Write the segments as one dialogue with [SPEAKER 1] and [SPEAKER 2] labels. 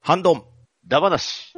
[SPEAKER 1] ハンドン。
[SPEAKER 2] ダバなし。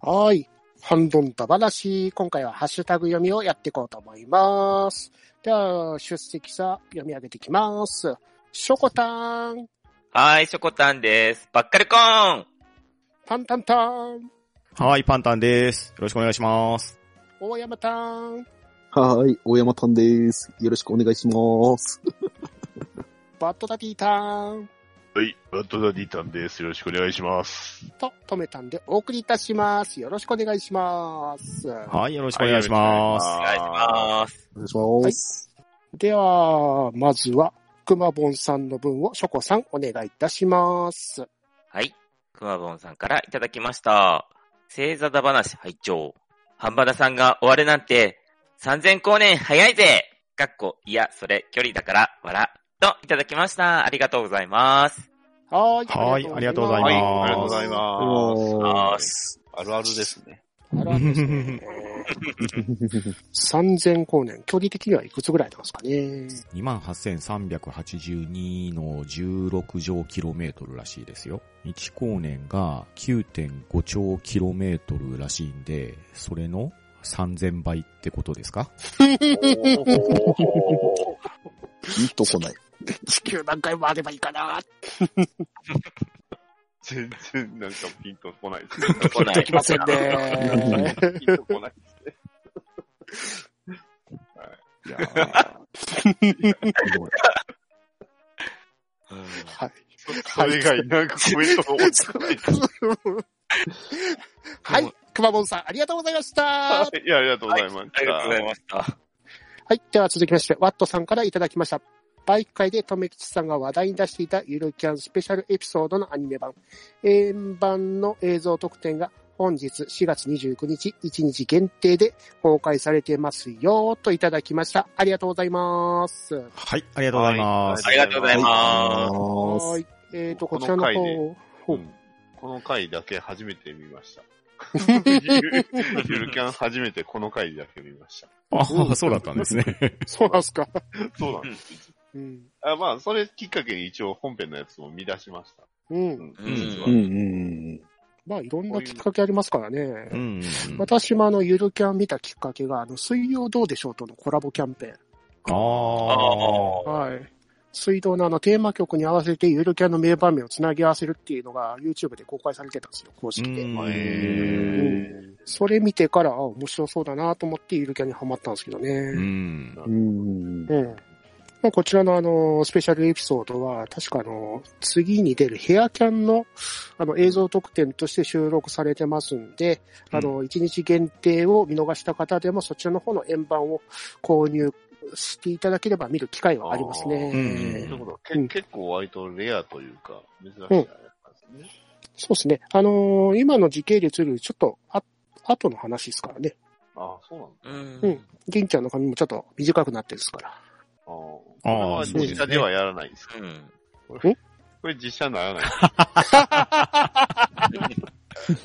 [SPEAKER 3] はーい。ハンドンダ話。今回はハッシュタグ読みをやっていこうと思います。では、出席者読み上げていきます。ショコタン、
[SPEAKER 4] はい、ショコタンです。バッカルコーン
[SPEAKER 3] パンタンタン、
[SPEAKER 1] はい、パンタンです。よろしくお願いします。
[SPEAKER 3] 大山タン、
[SPEAKER 5] はーい、大山たんです。よろしくお願いします。
[SPEAKER 3] バッドダディタン
[SPEAKER 2] はい、バッドダディタンです。よろしくお願いします。
[SPEAKER 3] と、止めたんでお送りいたします。よろしくお願いします。
[SPEAKER 1] はい、よろしくお願いします。
[SPEAKER 4] お願いします。
[SPEAKER 5] お願いします。
[SPEAKER 3] では、まずは、くまぼんさんの分をショコさんお願いいたします。
[SPEAKER 4] はい、くまぼんさんからいただきました。星座だ話拝聴。半端田さんが終わるなんて、3000光年早いぜかっこ、いや、それ、距離だから、笑。と、いただきました。ありがとうございます。
[SPEAKER 3] はーい。
[SPEAKER 1] はい、ありがとうござい
[SPEAKER 2] は
[SPEAKER 1] ます。
[SPEAKER 2] い、ありがとうございます。
[SPEAKER 4] あ
[SPEAKER 2] あるあるですね。
[SPEAKER 3] あらです ね。3000光年。距離的にはいくつぐらいなんですかね。
[SPEAKER 6] 28,382の16乗キロメートルらしいですよ。1光年が9.5兆キロメートルらしいんで、それの3000倍ってことですか
[SPEAKER 5] いいとこない。
[SPEAKER 3] 地球何回回ればいいかな
[SPEAKER 2] 全然なんかピンとこないです
[SPEAKER 4] 来ない。
[SPEAKER 3] 来ませんね。
[SPEAKER 2] ね。ピンとこないですね。はい、いやー
[SPEAKER 3] はい。
[SPEAKER 2] それ以外なんかコメントが多くない。
[SPEAKER 3] はい。くまぼんさん、ありがとうございました。は
[SPEAKER 2] はい、いや、ありがとうございまし
[SPEAKER 4] あり
[SPEAKER 2] た。
[SPEAKER 4] がとうございました。
[SPEAKER 3] い。では続きまして、ワットさんからいただきました。バイク界で留吉さんが話題に出していたゆるキャンスペシャルエピソードのアニメ版、円版の映像特典が本日4月29日1日限定で公開されてますよといただきました。ありがとうございます。
[SPEAKER 1] はい、ありがとうございます。
[SPEAKER 4] ありがとうございます。
[SPEAKER 5] は
[SPEAKER 3] はいい。えっ、と、こちらの
[SPEAKER 2] この回
[SPEAKER 3] 方、ほう
[SPEAKER 2] うんこの回だけ初めて見ました。ゆるゆるキャン初めてこの回だけ見ました。
[SPEAKER 1] ああ、そうだったんですね。
[SPEAKER 3] そうなんすか。
[SPEAKER 2] そうなんです。
[SPEAKER 3] うん。
[SPEAKER 2] あまあ、それきっかけに一応本編のやつも見出しました。
[SPEAKER 3] うん。
[SPEAKER 2] ん
[SPEAKER 4] うん
[SPEAKER 2] 実は
[SPEAKER 5] うんうん
[SPEAKER 3] まあ、いろんなきっかけありますからね。
[SPEAKER 1] うんうんうん。
[SPEAKER 3] 私もあの、ゆるキャン見たきっかけが、あの、水曜どうでしょうとのコラボキャンペ
[SPEAKER 1] ああ。
[SPEAKER 3] ーン。はい。水道のあの、テーマ曲に合わせてゆるキャンの名場面をつなぎ合わせるっていうのが YouTube で公開されてたんですよ、公式で。
[SPEAKER 1] うん
[SPEAKER 3] それ見てから、あ面白そうだなと思ってゆるキャンにハマったんですけどね。
[SPEAKER 1] うん。
[SPEAKER 5] うん。うん
[SPEAKER 3] うん。まあ、こちらのあの、スペシャルエピソードは、確かあの、次に出るヘアキャンの、あの、映像特典として収録されてますんで、あの、1日限定を見逃した方でも、そちらの方の円盤を購入していただければ見る機会はあります
[SPEAKER 1] あ
[SPEAKER 3] ね。
[SPEAKER 1] ーうん
[SPEAKER 2] ということは、け
[SPEAKER 3] うん
[SPEAKER 2] 結構割とレアというか、珍しいあれなんですね。
[SPEAKER 3] そうですね。あのー今の時系列よりちょっと、あ、後の話ですからね。
[SPEAKER 2] ああ、そうなんだ。
[SPEAKER 4] う
[SPEAKER 3] う
[SPEAKER 4] ん
[SPEAKER 3] ん銀ちゃんの髪もちょっと短くなってるですから。
[SPEAKER 2] ああ、こ
[SPEAKER 1] あー
[SPEAKER 2] れは
[SPEAKER 1] そうですね
[SPEAKER 2] 実写ではやらないですか
[SPEAKER 4] うん
[SPEAKER 2] これ実写に ならないです。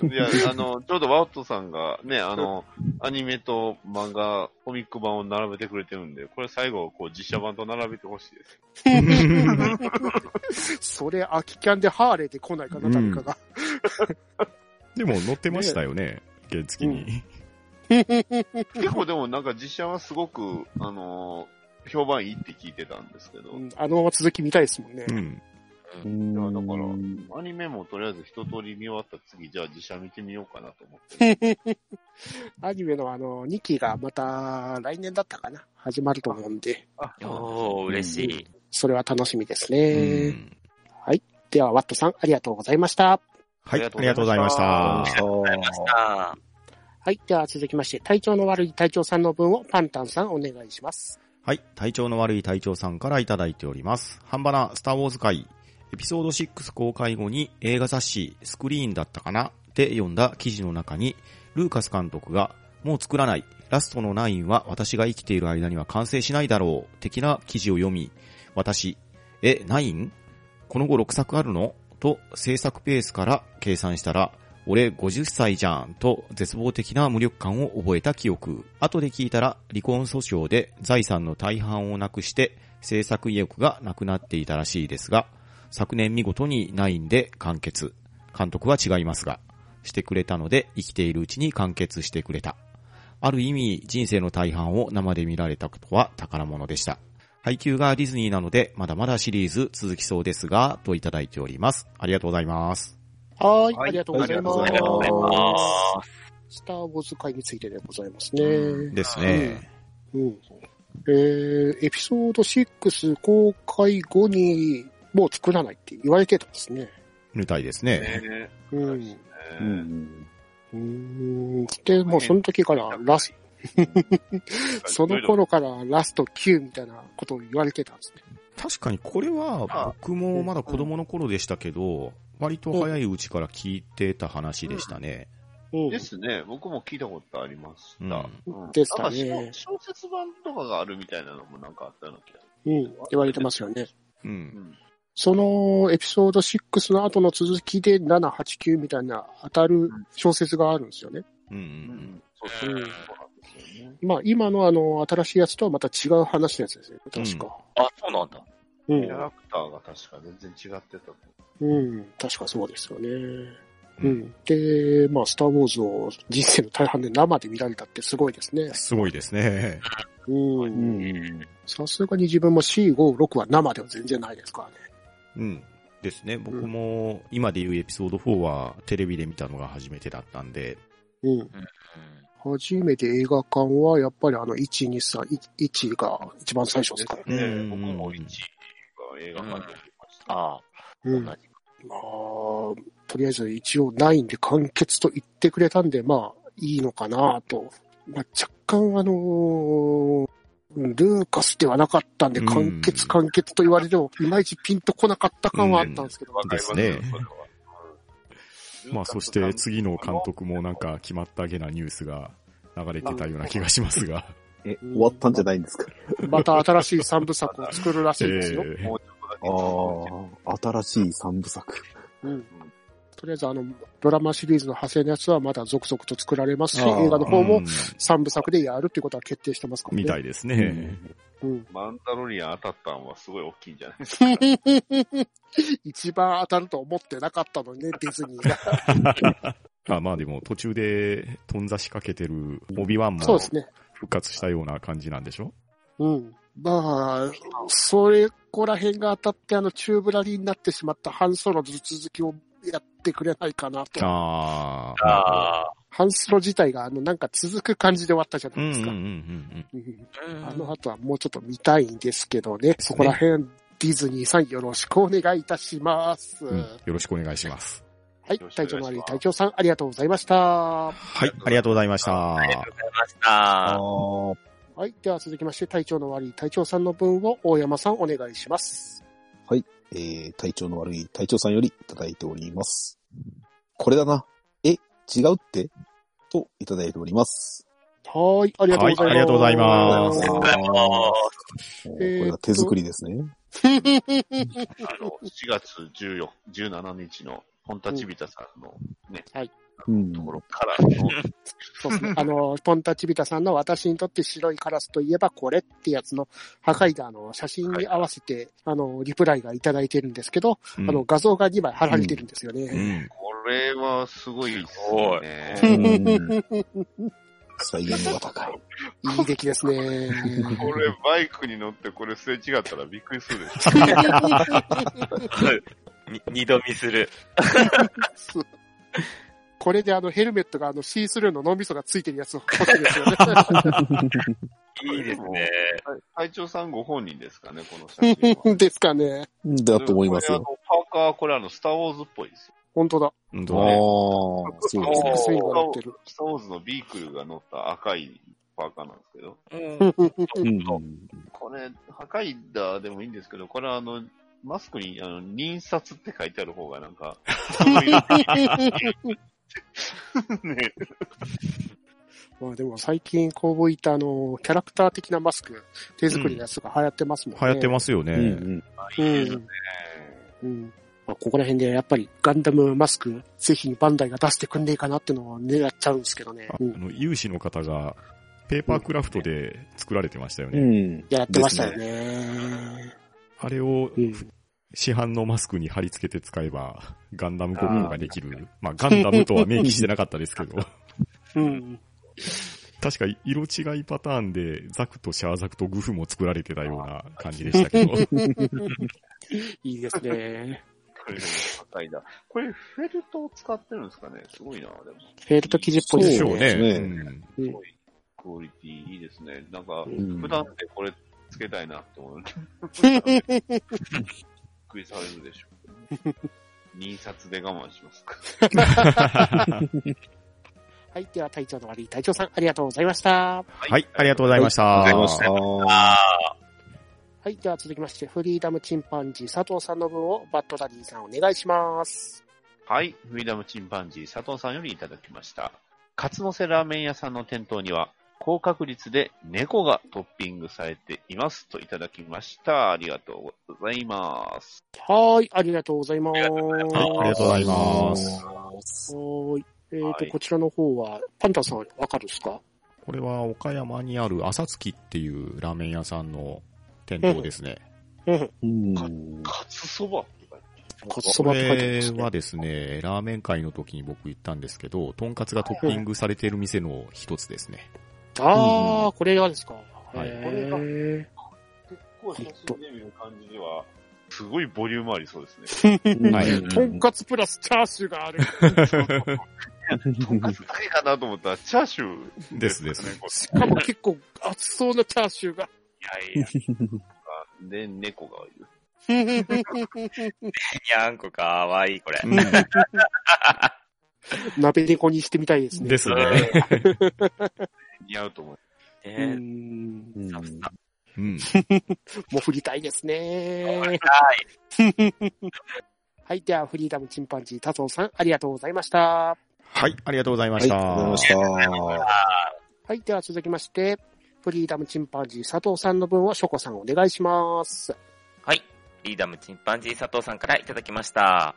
[SPEAKER 2] いや、あの、ちょうどワットさんがね、あの、アニメと漫画、コミック版を並べてくれてるんで、これ最後、こう、実写版と並べてほしいです。
[SPEAKER 3] それ、空きキャンでハーレーで来ないかな、誰かが。
[SPEAKER 1] でも乗ってましたよね。原付に。
[SPEAKER 2] 結構でもなんか実写はすごく、あのー評判いいって聞いてたんですけど、
[SPEAKER 3] うんあのまま続き見たいですもんね。
[SPEAKER 1] うん。
[SPEAKER 5] うん
[SPEAKER 2] いやだから
[SPEAKER 5] うん
[SPEAKER 2] アニメもとりあえず一通り見終わった次、じゃあ実写見てみようかなと思って。
[SPEAKER 3] アニメのあの、2期がまた来年だったかな始まると思うんで、
[SPEAKER 2] あ、そう
[SPEAKER 4] おー、嬉しい。
[SPEAKER 3] それは楽しみです
[SPEAKER 1] う
[SPEAKER 3] ね。
[SPEAKER 1] ん
[SPEAKER 3] では、ワットさん、ありがとうございました。
[SPEAKER 1] はい、あり
[SPEAKER 2] あ
[SPEAKER 1] が
[SPEAKER 2] りが
[SPEAKER 1] とう
[SPEAKER 2] と
[SPEAKER 1] ご
[SPEAKER 2] うご
[SPEAKER 1] ざ
[SPEAKER 2] ざ
[SPEAKER 1] い
[SPEAKER 2] い
[SPEAKER 1] ま
[SPEAKER 2] ま
[SPEAKER 1] し
[SPEAKER 2] した
[SPEAKER 1] た。
[SPEAKER 4] あ
[SPEAKER 3] はい。では、続きまして、体調の悪い隊長さんの分をパンタンさん、お願いします。
[SPEAKER 1] はい。体調の悪い隊長さんからいただいております。ハンバナ、スターウォーズ会。エピソード6公開後に映画雑誌、スクリーンだったかなで読んだ記事の中に、
[SPEAKER 6] ルーカス監督が、もう作らない。ラストのナインは私が生きている間には完成しないだろう。的な記事を読み、私、え、ナインこの後6作あるのと制作ペースから計算したら、俺50歳じゃんと絶望的な無力感を覚えた記憶。後で聞いたら離婚訴訟で財産の大半をなくして制作意欲がなくなっていたらしいですが、昨年見事に9で完結。監督は違いますが、してくれたので生きているうちに完結してくれた。ある意味人生の大半を生で見られたことは宝物でした。配給がディズニーなので、まだまだシリーズ続きそうですが、といただいております。ありがとうございます。
[SPEAKER 3] はーい、
[SPEAKER 2] はい
[SPEAKER 3] ありがとうございます。
[SPEAKER 2] あ
[SPEAKER 4] あ
[SPEAKER 2] り
[SPEAKER 4] り
[SPEAKER 2] が
[SPEAKER 4] が
[SPEAKER 2] と
[SPEAKER 4] とう
[SPEAKER 2] うご
[SPEAKER 4] ござ
[SPEAKER 2] ざい
[SPEAKER 4] いま
[SPEAKER 3] スター・ウォーズ会についてでございますね。うん。
[SPEAKER 6] ですね。
[SPEAKER 3] えー、エピソード6公開後に、もう作らないって言われてたんですね。
[SPEAKER 6] みたいです
[SPEAKER 2] ね
[SPEAKER 6] ね。
[SPEAKER 2] ね
[SPEAKER 3] うん。
[SPEAKER 5] う
[SPEAKER 2] ね
[SPEAKER 5] ん。
[SPEAKER 3] うん。で、もうその時からラス、 その頃からラスト9みたいなことを言われてたんですね。
[SPEAKER 6] 確かにこれは、僕もまだ子供の頃でしたけど、割と早いうちから聞いてた話でしたね。
[SPEAKER 3] うん。
[SPEAKER 2] ですね。僕も聞いたことありまし
[SPEAKER 6] うん
[SPEAKER 2] た。うん
[SPEAKER 3] ですか
[SPEAKER 2] なん
[SPEAKER 3] ね
[SPEAKER 2] か小小説版とかがあるみたいなのもなんかあったような気が
[SPEAKER 3] うん。言われてますよね。
[SPEAKER 6] う。
[SPEAKER 2] うんん。
[SPEAKER 3] そのエピソード6の後の続きで7、8、9みたいな当たる小説があるんですよね。
[SPEAKER 6] うん。うんう
[SPEAKER 2] う
[SPEAKER 6] ん
[SPEAKER 2] ん。そうそうそうなんですよね。
[SPEAKER 3] まあ今のあの新しいやつとはまた違う話のやつですね。確か。
[SPEAKER 4] す。あ、そうなんだ。
[SPEAKER 3] う
[SPEAKER 2] キャ
[SPEAKER 3] ん。
[SPEAKER 2] ラクターが確か全然違ってたと。
[SPEAKER 3] うん。確かそうですよね。うん。で、まあスターウォーズを人生の大半で生で見られたってすごいですね。
[SPEAKER 6] すごいですね。
[SPEAKER 3] う。
[SPEAKER 5] うんん。
[SPEAKER 3] さすがに自分も C、5、6は生では全然ないですからね。
[SPEAKER 6] うん。ですね。僕も、今で言うエピソード4は、テレビで見たのが初めてだったんで、
[SPEAKER 3] うん。初めて映画館は、やっぱりあの、1、2、3、1が一番最初ですから。
[SPEAKER 6] ね
[SPEAKER 2] ね
[SPEAKER 6] 僕も
[SPEAKER 2] 僕も
[SPEAKER 6] 一
[SPEAKER 2] 1
[SPEAKER 6] 位
[SPEAKER 2] が映画
[SPEAKER 4] 館で
[SPEAKER 2] 館で見ました。
[SPEAKER 4] あ
[SPEAKER 3] うん。
[SPEAKER 4] 同じ
[SPEAKER 3] まあ、とりあえず一応9で完結と言ってくれたんで、まあ、いいのかなと。まあ、若干あのールーカスではなかったんで、
[SPEAKER 6] うん
[SPEAKER 3] 完結完結と言われても、いまいちピンとこなかった感はあったんですけど、
[SPEAKER 2] わかりますね
[SPEAKER 6] ですね。
[SPEAKER 2] それは
[SPEAKER 7] まあそして次の監督もなんか決まったげなニュースが流れてたような気がします が。
[SPEAKER 5] え、終わったんじゃないんですか
[SPEAKER 3] また新しい三部作を作るらし
[SPEAKER 7] え
[SPEAKER 3] いですよ。
[SPEAKER 2] も
[SPEAKER 7] ー
[SPEAKER 2] うちょっとだけ
[SPEAKER 5] ああ、新しい三部作。
[SPEAKER 3] うん。とりあえずあの、ドラマシリーズの派生のやつはまだ続々と作られますし、
[SPEAKER 5] あー
[SPEAKER 3] 映画の方
[SPEAKER 6] う
[SPEAKER 3] も
[SPEAKER 6] ん
[SPEAKER 3] 三部作でやるっていうことは決定してますからね。
[SPEAKER 7] みたいですね。
[SPEAKER 3] うん。
[SPEAKER 2] マンダロリアン当たったんはすごい大きいんじゃないですか。
[SPEAKER 3] 一番当たると思ってなかったのにね、ディズニーが。
[SPEAKER 7] あまあでも途中で頓挫しかけてるオビワン
[SPEAKER 3] そう
[SPEAKER 7] も
[SPEAKER 3] ですね。
[SPEAKER 7] 復活したような感じなんでしょ
[SPEAKER 3] うん。まあ、それこら辺が当たって、あの、チューブラリーになってしまった半ソロの続きをやってくれないかなと。
[SPEAKER 6] あ
[SPEAKER 4] あ。ああ。
[SPEAKER 3] 半ソロ自体が、あの、なんか続く感じで終わったじゃ
[SPEAKER 6] ーう
[SPEAKER 3] なんい
[SPEAKER 6] うん
[SPEAKER 3] で
[SPEAKER 6] う
[SPEAKER 3] す
[SPEAKER 6] んうん
[SPEAKER 3] か。うん
[SPEAKER 4] うん
[SPEAKER 3] あの後はもうちょっと見たいんですけどね。そこら辺、ディズニーさんよろしくお願いいたします。
[SPEAKER 7] うん。うん。よろしくお願いします。
[SPEAKER 3] はい
[SPEAKER 2] よろ、しくお願
[SPEAKER 3] 隊
[SPEAKER 2] いします
[SPEAKER 3] 長の悪い隊長さん、ありがとうございました。
[SPEAKER 6] はい、ありがとうございました。
[SPEAKER 4] ありがとうございました。
[SPEAKER 5] ああ。
[SPEAKER 3] はい。では続きまして、隊長の悪い隊長さんの分を大山さんお願いします。
[SPEAKER 5] えー、体調の悪い隊長さんよりいただいております。これだな。え、違うってといただいております。
[SPEAKER 3] はい。ありがとうございます。
[SPEAKER 6] はいありがとうございます
[SPEAKER 5] あ
[SPEAKER 4] あの
[SPEAKER 5] ーこれが手作りですね。
[SPEAKER 2] あの、7月14 17日の本立ビタさんの
[SPEAKER 5] うん。
[SPEAKER 2] ところからの、
[SPEAKER 3] そうですね。あの、ポンタチビタさんの私にとって白いカラスといえばこれってやつの破壊が、あの、写真に合わせて、あの、リプライがいただいてるんですけど、
[SPEAKER 6] うん
[SPEAKER 3] あの、画像が2枚貼られてるんですよね。
[SPEAKER 6] うん。
[SPEAKER 2] これはすごいです
[SPEAKER 5] う
[SPEAKER 2] ね。
[SPEAKER 5] ん。再現度が高い。
[SPEAKER 3] いい出来です ね。
[SPEAKER 2] これバイクに乗ってこれすれ違ったらびっくりするでしょ。
[SPEAKER 4] に二度見する。
[SPEAKER 3] これであの、ヘルメットがあの、シースルーの脳みそがついてるやつを欲しいですよね。
[SPEAKER 4] いいですね。
[SPEAKER 2] 隊長さんご本人ですかね、この写真 は。
[SPEAKER 3] ですかね。
[SPEAKER 5] だと思いますよ。
[SPEAKER 2] これあのパーカーはこれあの、スターウォーズっぽいですよ。
[SPEAKER 3] 本当だ。
[SPEAKER 6] うん
[SPEAKER 5] ああ
[SPEAKER 6] とね、
[SPEAKER 5] ー、そうですね。
[SPEAKER 3] スイングが乗ってる。
[SPEAKER 2] スターウォーズのビークルが乗った赤いパーカーなんですけど、
[SPEAKER 4] うん。
[SPEAKER 5] うん。
[SPEAKER 2] これ、赤いだでもいいんですけど、これはあの、 マスクに、あの、臨殺って書いてある方がなんか、ね
[SPEAKER 3] まあでも最近こういったあの、キャラクター的なマスク、手作りのやつが流行ってますもんね。
[SPEAKER 1] 流行ってますよね。
[SPEAKER 5] うんうん。
[SPEAKER 3] す。うん。うん。まあ、ここら辺でやっぱりガンダムマスク、ぜひバンダイが出してくんねえかなってのを狙っちゃうんですけどね。
[SPEAKER 6] あ
[SPEAKER 3] うん
[SPEAKER 6] あ。の、有志の方が、ペーパークラフトで作られてましたよ
[SPEAKER 5] う
[SPEAKER 6] ね。
[SPEAKER 5] ん。
[SPEAKER 3] やってましたよ
[SPEAKER 5] ですね。
[SPEAKER 3] ね。
[SPEAKER 6] あれを、
[SPEAKER 3] うん
[SPEAKER 6] 市販のマスクに貼り付けて使えば、ガンダムごっこができる。まあ、ガンダムとは明記してなかったですけど。
[SPEAKER 3] うん。
[SPEAKER 6] 確か色違いパターンで、ザクとシャーザクとグフも作られてたような感じでしたけど。
[SPEAKER 3] いいですね。
[SPEAKER 2] これでも高いな。これ、フェルトを使ってるんですかねすごいな、でも。
[SPEAKER 3] フェルト生地っぽい
[SPEAKER 5] そ
[SPEAKER 3] で
[SPEAKER 5] う
[SPEAKER 6] でし
[SPEAKER 3] す
[SPEAKER 6] ょう
[SPEAKER 3] ね。
[SPEAKER 6] ね。
[SPEAKER 5] ね
[SPEAKER 6] うん
[SPEAKER 2] すごい、クオリティいいですね。なんか、
[SPEAKER 5] うん
[SPEAKER 2] 普段でこれつけたいなって思う。びっくりされるでしょうけど。印刷で我慢しますか。
[SPEAKER 3] はい。では、隊長の悪い隊長さん、ありがとうございました。
[SPEAKER 6] はい、ありがとうございました。
[SPEAKER 5] ありがとうございました。
[SPEAKER 3] はい。では、続きまして、フリーダムチンパンジー佐藤さんの分をバッドダディさんお願いします。
[SPEAKER 2] はい。フリーダムチンパンジー佐藤さんよりいただきました。カツのせラーメン屋さんの店頭には、高確率で猫がトッピングされていますといただきました。ありがとうございます。
[SPEAKER 3] はい。ありがとうございます。
[SPEAKER 6] はい、ありがとうございます。
[SPEAKER 5] す。
[SPEAKER 3] はーい。えっ、と、
[SPEAKER 2] はい
[SPEAKER 3] こちらの方は、パンタさん、わかるですか
[SPEAKER 6] これは岡山にある朝月っていうラーメン屋さんの店頭ですね。
[SPEAKER 3] うん。
[SPEAKER 5] うん。
[SPEAKER 2] カツそばって書いてある
[SPEAKER 3] カツそ
[SPEAKER 6] こ
[SPEAKER 3] ばって書いてあり
[SPEAKER 6] れ
[SPEAKER 3] ますね
[SPEAKER 6] はですね、ラーメン会の時に僕行ったんですけど、とんかつがトッピングされている店の一つですね。
[SPEAKER 3] あー、これがですか。
[SPEAKER 6] はい
[SPEAKER 3] へー
[SPEAKER 2] 結構写真で見る感じでは、すごいボリュームありそうです
[SPEAKER 6] はい
[SPEAKER 5] うん
[SPEAKER 3] とんかつプラスチャーシューがある。
[SPEAKER 2] ね。とんかつだけかなと思ったら、チャーシュー
[SPEAKER 6] です です
[SPEAKER 2] かね。こ
[SPEAKER 3] しかも結構熱そうなチャーシューが。
[SPEAKER 4] いやいや、
[SPEAKER 2] れで、猫がいる。
[SPEAKER 4] にゃんこかわいい、これ。
[SPEAKER 3] 鍋猫にしてみたいですね。
[SPEAKER 6] ですね。
[SPEAKER 2] 似合うと思う。
[SPEAKER 3] う
[SPEAKER 4] ね
[SPEAKER 3] ん。
[SPEAKER 5] うん
[SPEAKER 4] さすが
[SPEAKER 6] うん。
[SPEAKER 3] もう振りたいですね。はい。では、フリーダムチンパンジー、タソンさん、ありがとうございました。
[SPEAKER 6] はい、ありがとうございま
[SPEAKER 5] は
[SPEAKER 6] し
[SPEAKER 5] い、ありが
[SPEAKER 6] た。
[SPEAKER 5] とうございました。
[SPEAKER 3] はい。では、続きまして、フリーダムチンパンジー、佐藤さんの分をショコさんお願いします。
[SPEAKER 4] はい。リーダムチンパンジー佐藤さんからいただきました。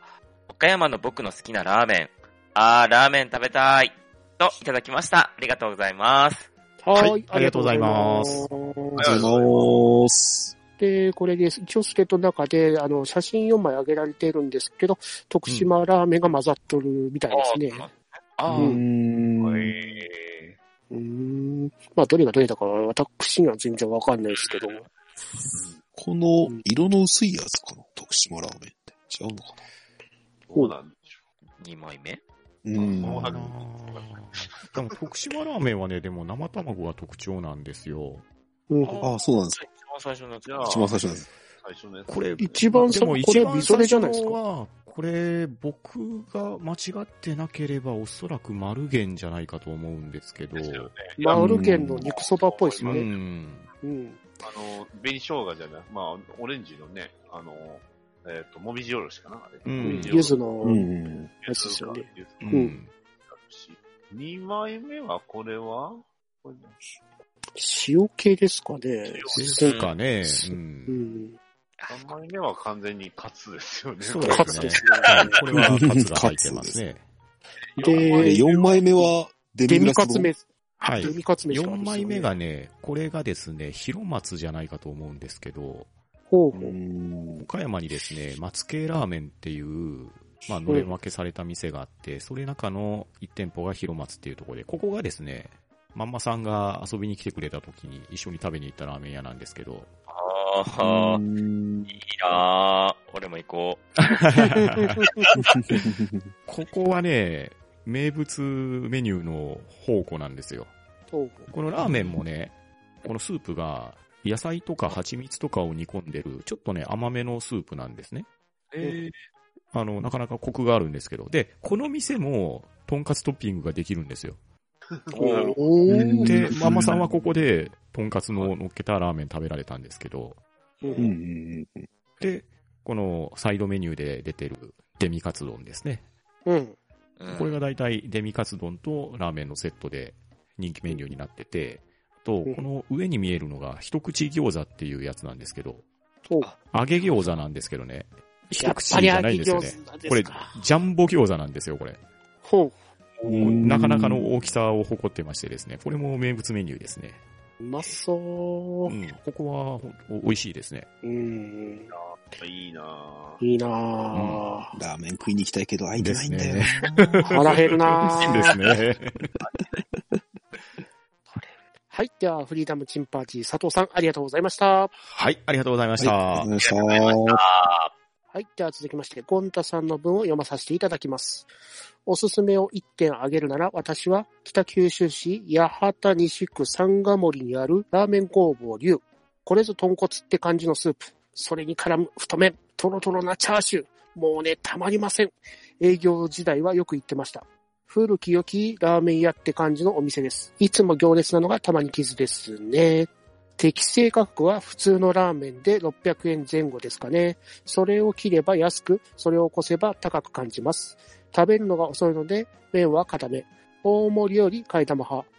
[SPEAKER 4] 岡山の僕の好きなラーメン。あー、ラーメン食べたい。と、いただきました。ありがとうございます。
[SPEAKER 6] はい
[SPEAKER 3] ー
[SPEAKER 6] ありがとうございます
[SPEAKER 3] ます
[SPEAKER 5] ありがとうございます。
[SPEAKER 3] で、これです。一応スケートの中で、あの、写真4枚上げられてるんですけど、徳島ラーメンが混ざっとるみたいですね。
[SPEAKER 4] あー、
[SPEAKER 5] うん。
[SPEAKER 2] え
[SPEAKER 3] うーん。まあ、どれがどれだかは、私には全然わかんないですけど。
[SPEAKER 5] この色の薄いやつかな徳島ラーメンって。違うのか
[SPEAKER 2] ー、そうなんでし
[SPEAKER 4] 2枚目
[SPEAKER 5] な
[SPEAKER 2] あ
[SPEAKER 5] う
[SPEAKER 2] ー
[SPEAKER 5] ん。
[SPEAKER 6] でも徳島ラーメンはね、でも生卵が特徴なんですよ。
[SPEAKER 3] うん
[SPEAKER 5] ああ、そうなんですか。
[SPEAKER 4] 一番最初のやつ
[SPEAKER 2] じゃあ
[SPEAKER 5] 一番最初なんです。
[SPEAKER 2] ょ。最初のやつ。
[SPEAKER 6] これ
[SPEAKER 3] 一番
[SPEAKER 6] で
[SPEAKER 3] そ、
[SPEAKER 6] も
[SPEAKER 3] こ
[SPEAKER 6] 一
[SPEAKER 3] れ、
[SPEAKER 6] 番
[SPEAKER 3] みそれじゃないです
[SPEAKER 6] 最
[SPEAKER 3] か。
[SPEAKER 6] 初はこれ、僕が間違ってなければ、おそらく丸源じゃないかと思うんですけど。
[SPEAKER 2] ですよね。いや
[SPEAKER 3] マウル県の肉そばっぽいです
[SPEAKER 6] う
[SPEAKER 3] ね。
[SPEAKER 6] ん。
[SPEAKER 3] うん。
[SPEAKER 2] あの、紅生姜じゃない、まあ、オレンジのね、あの、えっ、と、もみじおろしかな、あれ。
[SPEAKER 6] うん
[SPEAKER 2] もみじお
[SPEAKER 3] ゆ
[SPEAKER 2] ろし
[SPEAKER 3] ずの、
[SPEAKER 5] うん。
[SPEAKER 3] やつですよね。
[SPEAKER 2] ゆず
[SPEAKER 6] う
[SPEAKER 2] か
[SPEAKER 6] ん。
[SPEAKER 2] 二枚目はこれはこれ
[SPEAKER 3] 塩系ですかね。
[SPEAKER 6] ですかね。う。
[SPEAKER 3] うんん。
[SPEAKER 2] 三枚目は完全にカツですよね。
[SPEAKER 6] そう
[SPEAKER 3] カ
[SPEAKER 6] で
[SPEAKER 3] ツ
[SPEAKER 6] す
[SPEAKER 3] で
[SPEAKER 6] ね
[SPEAKER 3] す。
[SPEAKER 6] はいこれはカツが入ってますね。
[SPEAKER 3] で、
[SPEAKER 5] 4枚目はデ
[SPEAKER 3] デ
[SPEAKER 5] ミグ
[SPEAKER 3] ミカ
[SPEAKER 5] ラスの。
[SPEAKER 3] ツメ、
[SPEAKER 6] は
[SPEAKER 3] デ
[SPEAKER 6] い。
[SPEAKER 3] ミカツメス
[SPEAKER 6] 4枚目。がね、これがですね、広松じゃないかと思うんですけど、
[SPEAKER 3] ほう
[SPEAKER 5] う
[SPEAKER 3] ほう。
[SPEAKER 5] ん。
[SPEAKER 6] 岡山にですね、松系ラーメンっていう、まあ、のれん分けされた店があって、それ中の1店舗が広松っていうところで、ここがですね、まんまさんが遊びに来てくれた時に一緒に食べに行ったラーメン屋なんですけど、
[SPEAKER 4] あー、いいなー。俺も行こう。
[SPEAKER 6] ここはね、名物メニューの宝庫なんですよ。
[SPEAKER 3] ほうほ
[SPEAKER 6] このラーメンもね、このスープが野菜とか蜂蜜とかを煮込んでる、ちょっとね、甘めのスープなんですね。
[SPEAKER 3] え
[SPEAKER 6] あの、なかなかコクがあるんですけど。で、この店も、とんかつトッピングができるんですよ。
[SPEAKER 3] う。
[SPEAKER 5] うん
[SPEAKER 6] で、ママさんはここで、とんかつの乗っけたラーメン食べられたんですけど、
[SPEAKER 3] うん
[SPEAKER 6] で、このサイドメニューで出てるデミカツ丼ですね。
[SPEAKER 3] うん。
[SPEAKER 4] うん
[SPEAKER 6] これが大体デミカツ丼とラーメンのセットで人気メニューになってて、あと、
[SPEAKER 3] うん
[SPEAKER 6] この上に見えるのが一口餃子っていうやつなんですけど、
[SPEAKER 3] お
[SPEAKER 6] 揚げ餃子なんですけどね。
[SPEAKER 3] や
[SPEAKER 6] 一
[SPEAKER 3] っ
[SPEAKER 6] 口じ
[SPEAKER 3] ぱり
[SPEAKER 6] ゃな
[SPEAKER 3] 秋
[SPEAKER 6] いです
[SPEAKER 3] 餃
[SPEAKER 6] よね。
[SPEAKER 3] 子なんで
[SPEAKER 6] これ、
[SPEAKER 3] す
[SPEAKER 6] ジ
[SPEAKER 3] か。
[SPEAKER 6] ャンボ餃子なんですよ、これ。
[SPEAKER 3] ほ
[SPEAKER 6] なかなかの大きさを誇ってましてですね、これも名物メニューですね。
[SPEAKER 3] う。うまそうう。
[SPEAKER 6] ん、ここはほんお美味しいですね。
[SPEAKER 3] うん。
[SPEAKER 2] いいなぁ。
[SPEAKER 3] いいなぁ。
[SPEAKER 5] ラーメン食いに行きたいけど、空いてないんだよな
[SPEAKER 6] で。
[SPEAKER 3] 腹減る なぁ。
[SPEAKER 6] ですね。
[SPEAKER 3] はい。では、フリーダムチンパンジー佐藤さん、ありがとうございました。
[SPEAKER 6] はい、ありがとうございました。
[SPEAKER 5] はい、お願いし
[SPEAKER 4] ありがとうございま
[SPEAKER 5] ま
[SPEAKER 4] した
[SPEAKER 3] はい。では続きまして、ゴンタさんの文を読まさせていただきます。おすすめを1点挙げるなら、私は北九州市八幡西区三ヶ森にあるラーメン工房龍。これぞ豚骨って感じのスープ。それに絡む太麺、トロトロなチャーシュー。もうね、たまりません。営業時代はよく行ってました。古き良きラーメン屋って感じのお店です。いつも行列なのがたまに傷ですね。適正価格は普通のラーメンで600円前後ですかね。それを切れば安く、それを越せば高く感じます。食べるのが遅いので、麺は固め。大盛りより替え玉派。好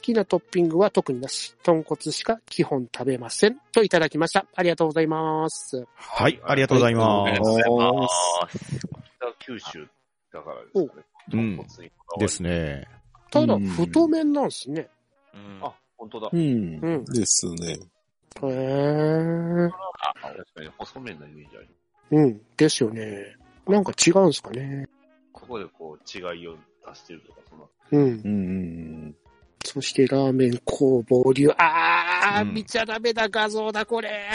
[SPEAKER 3] きなトッピングは特になし。豚骨しか基本食べません。といただきました。ありがとうございます。
[SPEAKER 6] はい、ありがとうございま
[SPEAKER 4] ありが
[SPEAKER 6] す
[SPEAKER 4] と。うございます。
[SPEAKER 2] 北九州だからですかね。
[SPEAKER 6] うん
[SPEAKER 2] 豚骨にこだわり
[SPEAKER 6] です。ね。
[SPEAKER 3] ただ、
[SPEAKER 5] うん
[SPEAKER 3] 太麺なんですね。
[SPEAKER 4] うん
[SPEAKER 2] あ、本当だ。
[SPEAKER 5] う
[SPEAKER 3] うんん。
[SPEAKER 5] ですね。
[SPEAKER 3] へー。
[SPEAKER 2] 確かに細麺なイメージある。
[SPEAKER 3] うん。ですよね。なんか違うんですかね。
[SPEAKER 2] ここでこう違いを出してるとか、その、
[SPEAKER 3] うん。
[SPEAKER 5] うん。
[SPEAKER 3] そして、ラーメン工房流。あー、
[SPEAKER 6] うん
[SPEAKER 3] 見ちゃダメな画像だ、これ。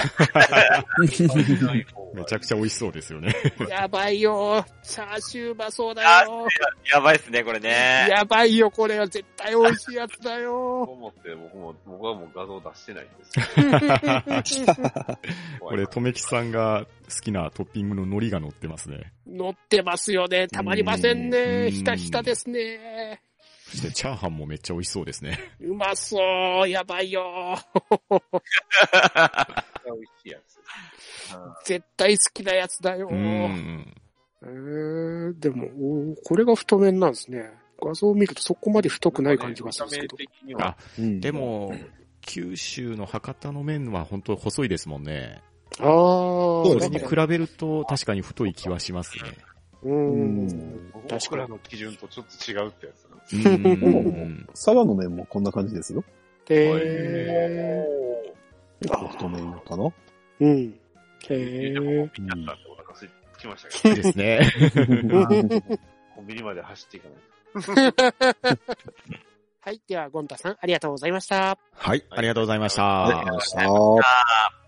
[SPEAKER 6] めちゃくちゃ美味しそうですよね。
[SPEAKER 3] やばいよ。チャーシューうまそうだよ。
[SPEAKER 4] やばいですね、これね。
[SPEAKER 3] やばいよ、これは絶対美味しいやつだ よ。
[SPEAKER 2] 思って、僕も、僕はもう画像出してないんです
[SPEAKER 6] これ、とめきさんが好きなトッピングの海苔が乗ってますね。
[SPEAKER 3] 乗ってますよね。たまりません
[SPEAKER 6] う
[SPEAKER 3] ね。
[SPEAKER 6] ん
[SPEAKER 3] ひたひたですね。
[SPEAKER 6] そしてチャーハンもめっちゃ美味しそうですね。
[SPEAKER 3] うまそう。やばいよ。
[SPEAKER 2] 美味しいやつ。
[SPEAKER 3] 絶対好きなやつだよ。
[SPEAKER 6] う
[SPEAKER 3] え
[SPEAKER 6] ん。
[SPEAKER 3] ー、でも、おーこれが太麺なんですね。画像を見るとそこまで太くない感じがするんですけど。
[SPEAKER 2] 見た目的には
[SPEAKER 6] あ
[SPEAKER 5] うん
[SPEAKER 6] で、も、九州の博多の麺は本当細いですもんね。
[SPEAKER 3] あー。
[SPEAKER 5] そう
[SPEAKER 6] そ
[SPEAKER 5] で
[SPEAKER 6] れ
[SPEAKER 5] す
[SPEAKER 6] に
[SPEAKER 5] ね
[SPEAKER 6] 比べると確かに太い気はしますね。
[SPEAKER 3] う。
[SPEAKER 5] うんん。
[SPEAKER 2] 僕らの基準とちょっと違うってやつなんです
[SPEAKER 6] うんうんうんうん。
[SPEAKER 5] 佐賀の麺もこんな感じですよ。
[SPEAKER 3] で、
[SPEAKER 5] 太麺かな。
[SPEAKER 3] うん。へ
[SPEAKER 2] で
[SPEAKER 3] ー
[SPEAKER 2] も、コンビニだったってお腹すいてきましたけど、
[SPEAKER 6] ですね。
[SPEAKER 2] コンビニまで走っていかない
[SPEAKER 3] はい。では、ゴンタさん、ありがとうございました。
[SPEAKER 6] はい、ありがとうございまし
[SPEAKER 5] ありがとうござい
[SPEAKER 6] た。
[SPEAKER 5] ました。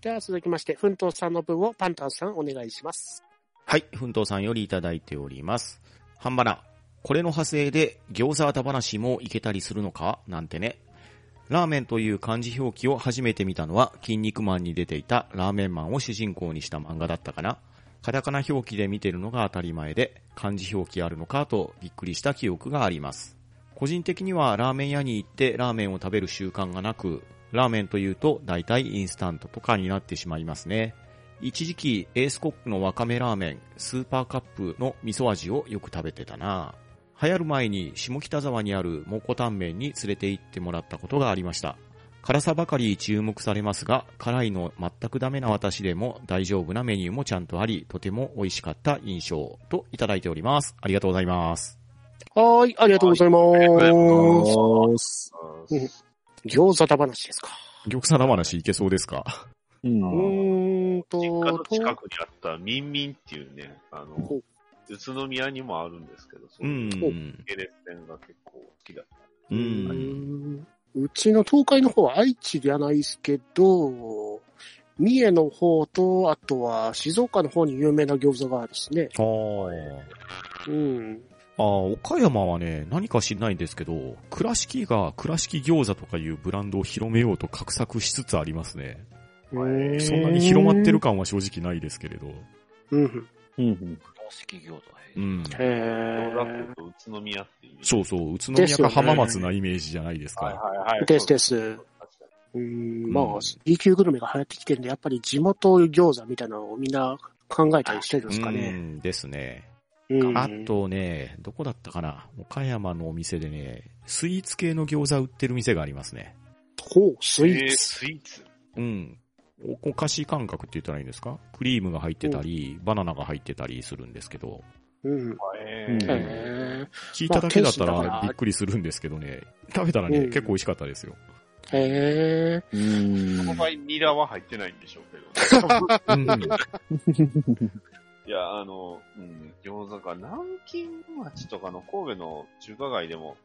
[SPEAKER 3] では、続きまして、奮闘さんの分をパンタンさん、お願いします。
[SPEAKER 1] はい、奮闘さんよりいただいております。半ばな。これの派生で餃子た話もいけたりするのかなんてね。ラーメンという漢字表記を初めて見たのは、筋肉マンに出ていたラーメンマンを主人公にした漫画だったかな。カタカナ表記で見てるのが当たり前で、漢字表記あるのかとびっくりした記憶があります。個人的にはラーメン屋に行ってラーメンを食べる習慣がなく、ラーメンというと大体インスタントとかになってしまいますね。一時期エースコックのわかめラーメン、スーパーカップの味噌味をよく食べてたな流行る前に下北沢にある蒙古タンメンに連れて行ってもらったことがありました。辛さばかり注目されますが、辛いの全くダメな私でも大丈夫なメニューもちゃんとあり、とても美味しかった印象といただいております。ありがとうございます。
[SPEAKER 3] はーい、ありがとうございます。
[SPEAKER 2] うん
[SPEAKER 3] 餃子だ話ですか。
[SPEAKER 6] 玉皿話いけそうですか
[SPEAKER 5] う。
[SPEAKER 3] うんーんと、
[SPEAKER 2] 実家の近
[SPEAKER 3] と
[SPEAKER 2] くにあったミンミンっていうね、あの、
[SPEAKER 3] ほ
[SPEAKER 2] 宇都宮にもあるんですけど、そう
[SPEAKER 6] う。
[SPEAKER 2] いうん系列店が結構好きだった。
[SPEAKER 6] う
[SPEAKER 3] うー
[SPEAKER 6] ん。
[SPEAKER 3] んうちの東海の方は愛知じゃないですけど、三重の方と、あとは静岡の方に有名な餃子があるですね。
[SPEAKER 6] あー
[SPEAKER 3] うん。
[SPEAKER 6] あー、岡山はね、何か知んないんですけど、倉敷が倉敷餃子とかいうブランドを広めようと画策しつつありますね。
[SPEAKER 3] へー
[SPEAKER 6] そんなに広まってる。感は正直ないですけれど。
[SPEAKER 3] うん。
[SPEAKER 5] うん。
[SPEAKER 4] 宝石餃子。
[SPEAKER 6] うん。
[SPEAKER 3] へ
[SPEAKER 2] 小学
[SPEAKER 3] ー
[SPEAKER 2] 校と宇都宮っていう。
[SPEAKER 6] そうそう、宇都宮か浜松なイメージじゃないです
[SPEAKER 2] はい
[SPEAKER 6] か。
[SPEAKER 2] はいはい。
[SPEAKER 3] ですです
[SPEAKER 2] 確かに
[SPEAKER 3] うーん
[SPEAKER 6] ん
[SPEAKER 3] まあ、B 級グルメが流行ってきてるんで、やっぱり地元餃子みたいなのをみんな考えたりしてるんですか
[SPEAKER 6] う
[SPEAKER 3] ね。
[SPEAKER 6] ん、ですね。
[SPEAKER 3] ううん
[SPEAKER 6] あとね、どこだったかな岡山のお店でね、スイーツ系の餃子売ってる店がありますね。
[SPEAKER 3] ほう、スイ
[SPEAKER 2] え
[SPEAKER 3] ー
[SPEAKER 2] ー
[SPEAKER 3] ツ。
[SPEAKER 2] スイーツ。
[SPEAKER 6] うん。おお菓子感覚って言ったらいいんですかクリームが入ってたり、バナナが入ってたりするんですけど、
[SPEAKER 3] うん。
[SPEAKER 2] え
[SPEAKER 5] うん
[SPEAKER 3] へ
[SPEAKER 2] ー
[SPEAKER 3] え。
[SPEAKER 6] 聞いただけだった
[SPEAKER 3] まあ天使だから
[SPEAKER 6] らびっくりするんですけどね、食べたらね、
[SPEAKER 3] うん
[SPEAKER 6] 結構美味しかったですよ。
[SPEAKER 3] へえ。
[SPEAKER 5] うーん
[SPEAKER 2] この場合、ニラは入ってないんでしょうけど。
[SPEAKER 6] うん。
[SPEAKER 2] いや、あの、うん、餃子か、南京町とかの神戸の中華街でも、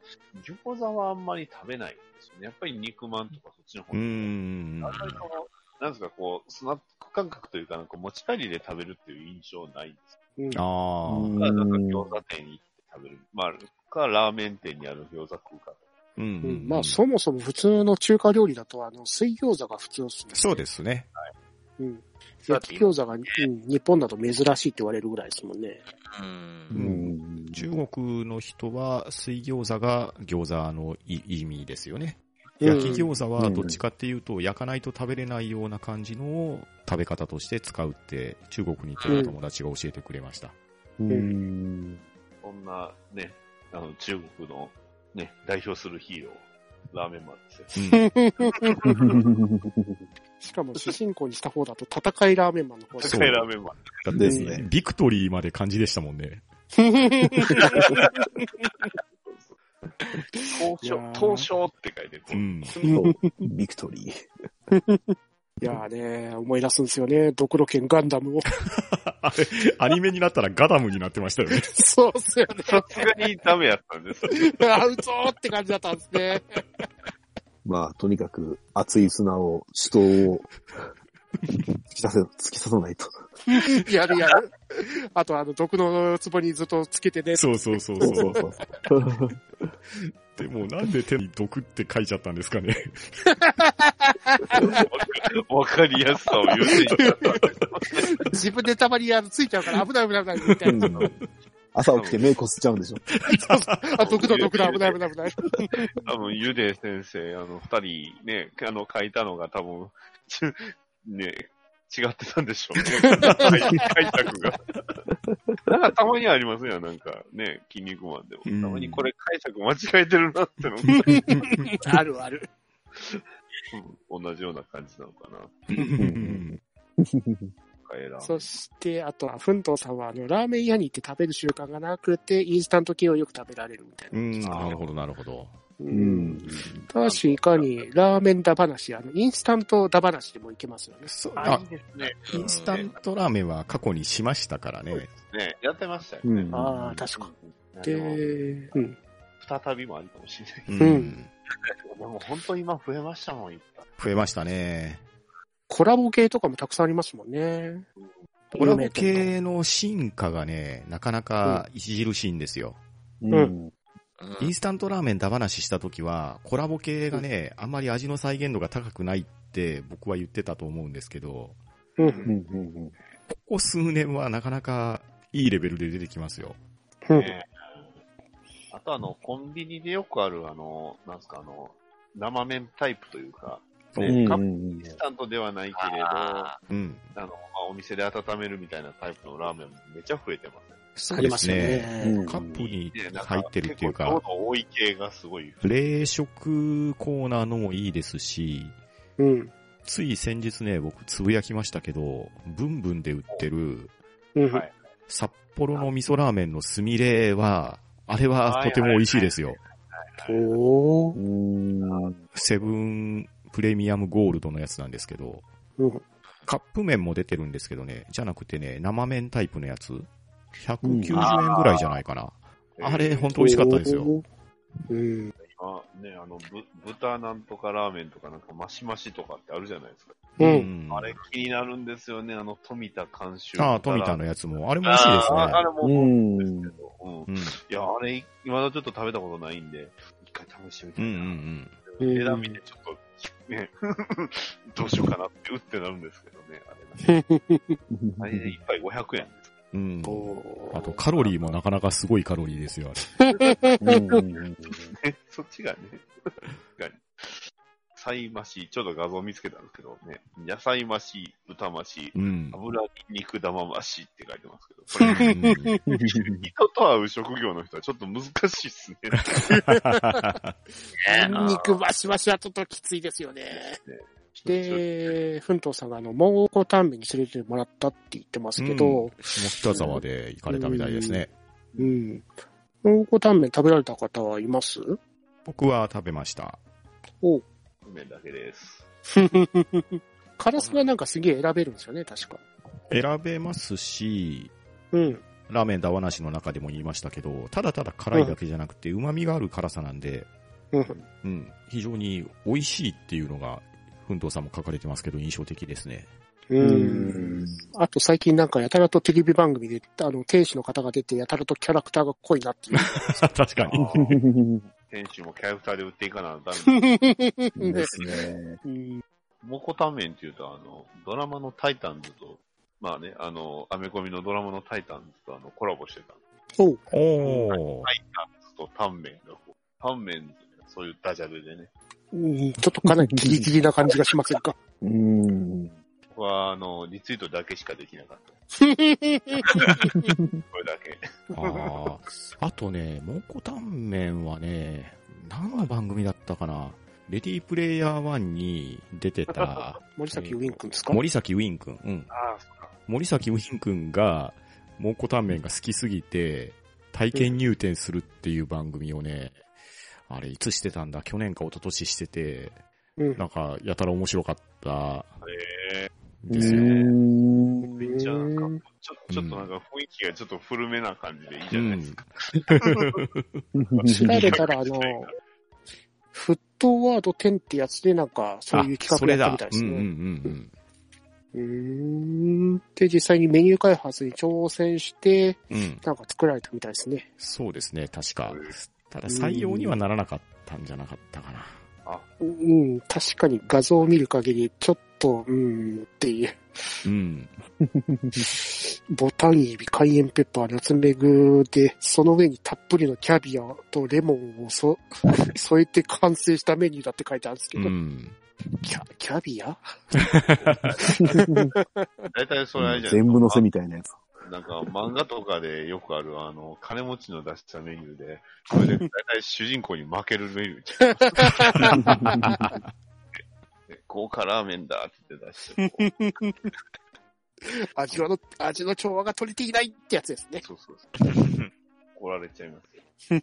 [SPEAKER 2] 餃子はあんまり食べないんですよね。やっぱり肉まんとかそっちの方
[SPEAKER 6] う
[SPEAKER 2] に。
[SPEAKER 6] ん
[SPEAKER 2] あんまりこの、なんですか、こう、スナック感覚というか、なんか持ち帰りで食べるっていう印象ないんです
[SPEAKER 3] うん
[SPEAKER 6] あー
[SPEAKER 2] か、なんか餃子店に行って食べる。まあ、か、ラーメン店にある餃子食うか。
[SPEAKER 6] うんうん
[SPEAKER 3] う
[SPEAKER 6] うんん。
[SPEAKER 3] まあ、そもそも普通の中華料理だと、あの、水餃子が普通ですね。
[SPEAKER 6] そうですね。
[SPEAKER 3] うん。焼き餃子が、うん、日本だと珍しいって言われるぐらいですもんね。
[SPEAKER 4] う。
[SPEAKER 5] うんん
[SPEAKER 6] 中国の人は水餃子が餃子のい意味ですよね。
[SPEAKER 3] うん
[SPEAKER 6] 焼き餃子はどっちかっていうと焼かないと食べれないような感じの食べ方として使うって中国に行ってた友達が教えてくれました。
[SPEAKER 5] うん
[SPEAKER 2] そんな、ね、あの、中国の、ね、代表するヒーロー、ラーメンマンですよ。
[SPEAKER 6] うん
[SPEAKER 3] しかも、主人公にした方だと、戦いラーメンマンの方だ
[SPEAKER 2] 世界ラーメンマン。
[SPEAKER 6] だっ
[SPEAKER 5] ですね
[SPEAKER 6] てビクトリーまで漢字でしたもんね。
[SPEAKER 2] 東
[SPEAKER 3] いや
[SPEAKER 2] 証
[SPEAKER 3] ー、
[SPEAKER 2] 東証って書いてる。
[SPEAKER 6] うん。
[SPEAKER 5] そうビクトリ
[SPEAKER 3] いやーね、思い出すんですよね。ドクロ犬ガンダムを。
[SPEAKER 6] あれ、アニメになったらガダムになってましたよ ね。
[SPEAKER 3] そうっすよね。
[SPEAKER 2] さすがにダメやったんです。
[SPEAKER 3] あ、うそーって感じだったんですね。
[SPEAKER 5] ー。まあ、とにかく、熱い砂を、死闘を、突き刺せ、突き刺さないと。
[SPEAKER 3] やるやる。あと、あの、毒の壺にずっとつけてね。
[SPEAKER 6] そうそうそうそう。
[SPEAKER 5] そうそう。
[SPEAKER 6] でもなんで手に毒って書いちゃったんですかね。
[SPEAKER 2] わかりやすさを言っていた。
[SPEAKER 3] 自分でたまにあのついちゃうから危ない危ない危ないみた
[SPEAKER 5] う
[SPEAKER 3] いな。
[SPEAKER 5] ん朝起きて目こすっちゃうんでしょ。
[SPEAKER 3] あ、毒だ毒だ危ない危ない危ない。
[SPEAKER 2] 多分、ゆで先生、あの、二人ね、あの、書いたのが多分、ちゅね、違ってたんでしょうね。開拓が。なんかたまにありますよ、なんかね、筋肉マンでも。
[SPEAKER 6] うん
[SPEAKER 2] たまにこれ解釈間違えてるなっての
[SPEAKER 3] あるある。
[SPEAKER 2] も、同じような感じなのかな。
[SPEAKER 5] ん
[SPEAKER 2] 変えらん
[SPEAKER 3] そして、あとは、ふんとうさんは、あの、ラーメン屋に行って食べる習慣がなくて、インスタント系をよく食べられるみたいな。
[SPEAKER 6] うん、なるほどなるほど。
[SPEAKER 5] う。
[SPEAKER 3] うんただし、いかに、ラーメンだ話、あの、インスタントだ話でもいけますよね。
[SPEAKER 6] そう、
[SPEAKER 2] あ、い
[SPEAKER 6] あ
[SPEAKER 2] い、ですね。
[SPEAKER 6] インスタントラーメンは過去にしましたからね。
[SPEAKER 2] ね、やってましたよ
[SPEAKER 5] う
[SPEAKER 2] ね
[SPEAKER 5] ん。
[SPEAKER 3] ああ、確か。
[SPEAKER 2] うん
[SPEAKER 3] で、
[SPEAKER 2] でも
[SPEAKER 3] うん。
[SPEAKER 2] 再びもありかもしれない。
[SPEAKER 3] ん
[SPEAKER 2] でも本当今増えましたもん、いっぱい。
[SPEAKER 6] 増えましたね。
[SPEAKER 3] コラボ系とかもたくさんありますもんね。
[SPEAKER 6] コラボ系の進化がね、なかなか著しいんですよ。
[SPEAKER 5] うん。
[SPEAKER 4] うん
[SPEAKER 6] インスタントラーメンだ話した時は、コラボ系がね、あんまり味の再現度が高くないって僕は言ってたと思うんですけど、
[SPEAKER 3] う。
[SPEAKER 5] うんんうん
[SPEAKER 6] ここ数年はなかなかいいレベルで出てきますよ。
[SPEAKER 3] うん。
[SPEAKER 2] ねあとあの、コンビニでよくある、あの、なんすか、あの、生麺タイプというか、
[SPEAKER 5] うん
[SPEAKER 2] ね、
[SPEAKER 5] う
[SPEAKER 2] カップ
[SPEAKER 5] ん
[SPEAKER 2] インスタントではないけれど、あ
[SPEAKER 4] あ
[SPEAKER 6] うん。
[SPEAKER 2] の、まあお店で温めるみたいなタイプのラーメンもめちゃ増えてま
[SPEAKER 6] そ
[SPEAKER 3] ありますよ。
[SPEAKER 5] う
[SPEAKER 3] ね。
[SPEAKER 5] ん。
[SPEAKER 6] カップに
[SPEAKER 2] すね。なん
[SPEAKER 6] 入ってるっていう
[SPEAKER 2] 結構
[SPEAKER 6] か、
[SPEAKER 2] 糖度多い系がすごい。
[SPEAKER 6] 冷食コーナーのもいいですし、
[SPEAKER 3] うん。
[SPEAKER 6] つい先日ね、僕つぶやきましたけど、ブンブンで売ってる
[SPEAKER 3] うん。
[SPEAKER 2] はい
[SPEAKER 6] 札幌の味噌ラーメンのスミレは、あれはとても美味しいですよ。
[SPEAKER 3] おー
[SPEAKER 5] うん。
[SPEAKER 6] セブンプレミアムゴールドのやつなんですけど、
[SPEAKER 3] うん
[SPEAKER 6] カップ麺も出てるんですけどね、じゃなくてね、生麺タイプのやつ、190円ぐらいじゃないかな。あれ、ほんと美味しかったですよ。。
[SPEAKER 3] うん。
[SPEAKER 2] あね、あの、ぶ豚なんとかラーメンとかなんかマシマシとかってあるじゃないですか。
[SPEAKER 3] うん。
[SPEAKER 2] あれ気になるんですよね、あの、富田監修。
[SPEAKER 6] ああ、富田のやつも。あれも美味しいですね
[SPEAKER 2] あーあれも思うんですけど。う
[SPEAKER 6] う
[SPEAKER 2] ん
[SPEAKER 6] ん。
[SPEAKER 2] いや、あれ、今だちょっと食べたことないんで、一回試してみた
[SPEAKER 6] う
[SPEAKER 2] い
[SPEAKER 6] ん
[SPEAKER 2] な。
[SPEAKER 6] うん
[SPEAKER 3] うん
[SPEAKER 2] 値段見てちょっと、ね、 どうしようかなって、うってなるんですけどね。あれ,、あれで一杯500円。
[SPEAKER 6] うん。うん。
[SPEAKER 3] お
[SPEAKER 6] あと、カロリーもなかなかすごいカロリーですよ、あれ。
[SPEAKER 2] ねそっちがね、 確かに。菜増し、ちょっと画像見つけたんですけどね、野菜増し豚魂、
[SPEAKER 1] うん。
[SPEAKER 2] 油に肉玉増しって書いてますけど、こ れ、人と会う職業の人はちょっと難しいっすね。
[SPEAKER 4] ね
[SPEAKER 3] ニンニクバシバシはちょっときついですよね。で、奮闘さんがあの、蒙古タンメンに連れてもらったって言ってますけど、
[SPEAKER 6] 下北沢で行かれたみたいですね。
[SPEAKER 3] うん。蒙古タンメン食べられた方はいます
[SPEAKER 6] 僕は食べました。
[SPEAKER 2] 麺だ けです。
[SPEAKER 3] カラスがなんかすげえ選べるんですよね、確か。
[SPEAKER 6] 選べますし、
[SPEAKER 3] うん。
[SPEAKER 6] ラーメンだわなしの中でも言いましたけど、ただただ辛いだけじゃなくて、旨味がある辛さなんで、
[SPEAKER 3] うん。
[SPEAKER 6] うん、非常に美味しいっていうのが、奮闘さんも書かれてますけど、印象的ですね。
[SPEAKER 3] うん。あと最近なんかやたらとテレビ番組で、あの、店主の方が出て、やたらとキャラクターが濃いなっていう。
[SPEAKER 6] 確かに。
[SPEAKER 2] 店主もキャラクターで売っていかなダメ。
[SPEAKER 5] いいですね。
[SPEAKER 3] うん
[SPEAKER 2] モコタンメンっていうと、あの、ドラマのタイタンズと、まあね、あの、アメコミのドラマのタイタンズとあのコラボしてた。
[SPEAKER 3] そう。
[SPEAKER 6] おー
[SPEAKER 2] タイタンズとタンメンがこう、タンメンズがそういうダジャレでね。
[SPEAKER 3] うん、ちょっとかなりギリギリな感じがしませんか。
[SPEAKER 5] うん。
[SPEAKER 2] 僕は、あの、リツイートだけしかできなかった。これだけ。
[SPEAKER 6] あーあとね、蒙古タンメンはね、何の番組だったかなレディープレイヤー1に出てた、
[SPEAKER 3] 森崎ウィン君ですか
[SPEAKER 6] 森崎ウィン君。うん。
[SPEAKER 2] ああ、そっか。
[SPEAKER 6] 森崎ウィン君が、蒙古タンメンが好きすぎて、体験入店するっていう番組をね、あれ、いつしてたんだ去年か一昨年してて、
[SPEAKER 3] うん
[SPEAKER 6] なんか、やたら面白かった
[SPEAKER 2] え
[SPEAKER 6] ですよ。
[SPEAKER 2] ー、めっちゃなんか、ちょちょっとなんか雰囲気がちょっと古めな感じでいいじゃないですか。
[SPEAKER 3] 調べたら、あの、フットワード10ってやつでなんか、そういう
[SPEAKER 6] あそ
[SPEAKER 3] 企
[SPEAKER 6] れ
[SPEAKER 3] 画やった
[SPEAKER 6] だ
[SPEAKER 3] みたいです
[SPEAKER 6] うんうん
[SPEAKER 3] ね。
[SPEAKER 6] うんうん。
[SPEAKER 3] うーん。で、実際にメニュー開発に挑戦して、
[SPEAKER 6] うん、
[SPEAKER 3] なんか作られたみたいですね。
[SPEAKER 6] そうですね、確か。ただ採用にはならなかったんじゃなかったかな。
[SPEAKER 3] うん、確かに画像を見る限り、ちょっと、うん、っていう。
[SPEAKER 6] うん。
[SPEAKER 3] ボタンエビ、カイエンペッパー、ナツメグで、その上にたっぷりのキャビアとレモンを そ添えて完成したメニューだって書いてあるんですけ
[SPEAKER 6] う
[SPEAKER 3] ど、
[SPEAKER 6] ん。
[SPEAKER 3] キャキャビア
[SPEAKER 2] 大体それあれじゃないですか。
[SPEAKER 5] 全部のせみたいなやつ。
[SPEAKER 2] なんか漫画とかでよくある、あの、金持ちの出したメニューで、それで大体主人公に負けるメニュー。豪華ラーメンだって出して出 してこ
[SPEAKER 3] 味はの、味の調和が取れていないってやつですね
[SPEAKER 2] う。。そうそうそう。怒られちゃいますよ。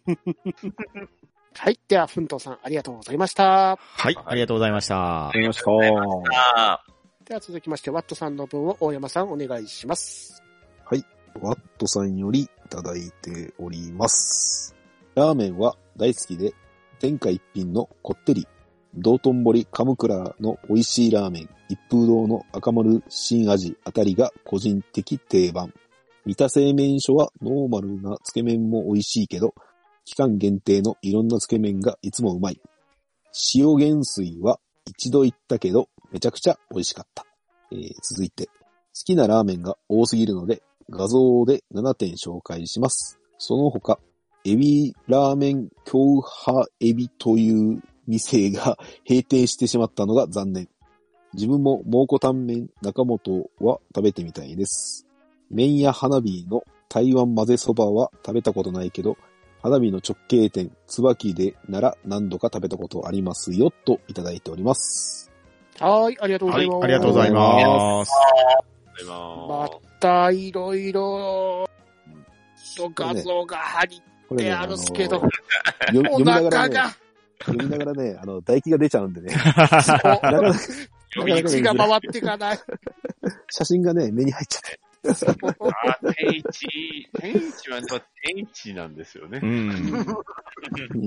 [SPEAKER 3] はい。では、ふんとうさん、ありがとうございました。
[SPEAKER 6] はい、ありがとうございました。
[SPEAKER 5] りました。
[SPEAKER 4] あ
[SPEAKER 3] では、続きまして、ワットさんの分を大山さん、お願いします。
[SPEAKER 5] ワットさんよりいただいております。ラーメンは大好きで、天下一品のこってり、道頓堀カムクラの美味しいラーメン、一風堂の赤丸新味あたりが個人的定番。三田製麺所はノーマルなつけ麺も美味しいけど、期間限定のいろんなつけ麺がいつもうまい。塩原水は一度行ったけど、めちゃくちゃ美味しかった。えー続いて、好きなラーメンが多すぎるので、画像で7点紹介します。その他、エビラーメン強派エビという店が閉店してしまったのが残念。自分も蒙古タンメン中本は食べてみたいです。麺や花火の台湾混ぜそばは食べたことないけど、花火の直径店、椿でなら何度か食べたことありますよ、といただいております。
[SPEAKER 3] はい。ありがとうございます。
[SPEAKER 2] はい
[SPEAKER 6] ありがとうございます。
[SPEAKER 2] ありがとうござい
[SPEAKER 3] ま
[SPEAKER 2] ます。
[SPEAKER 3] た、いろいろ、と画像が貼り
[SPEAKER 5] こ
[SPEAKER 3] であるっすけど
[SPEAKER 5] あの読み
[SPEAKER 3] お
[SPEAKER 5] 読みながら
[SPEAKER 3] 腹
[SPEAKER 5] ね、
[SPEAKER 3] が、
[SPEAKER 5] 読みながらね、あの、唾液が出ちゃうんでね。なかなか
[SPEAKER 3] お口が回っていかない。
[SPEAKER 5] 写真がね、目に入っちゃって。
[SPEAKER 2] あ、天一、天一はやっぱ天一なんですよね
[SPEAKER 6] う。ん。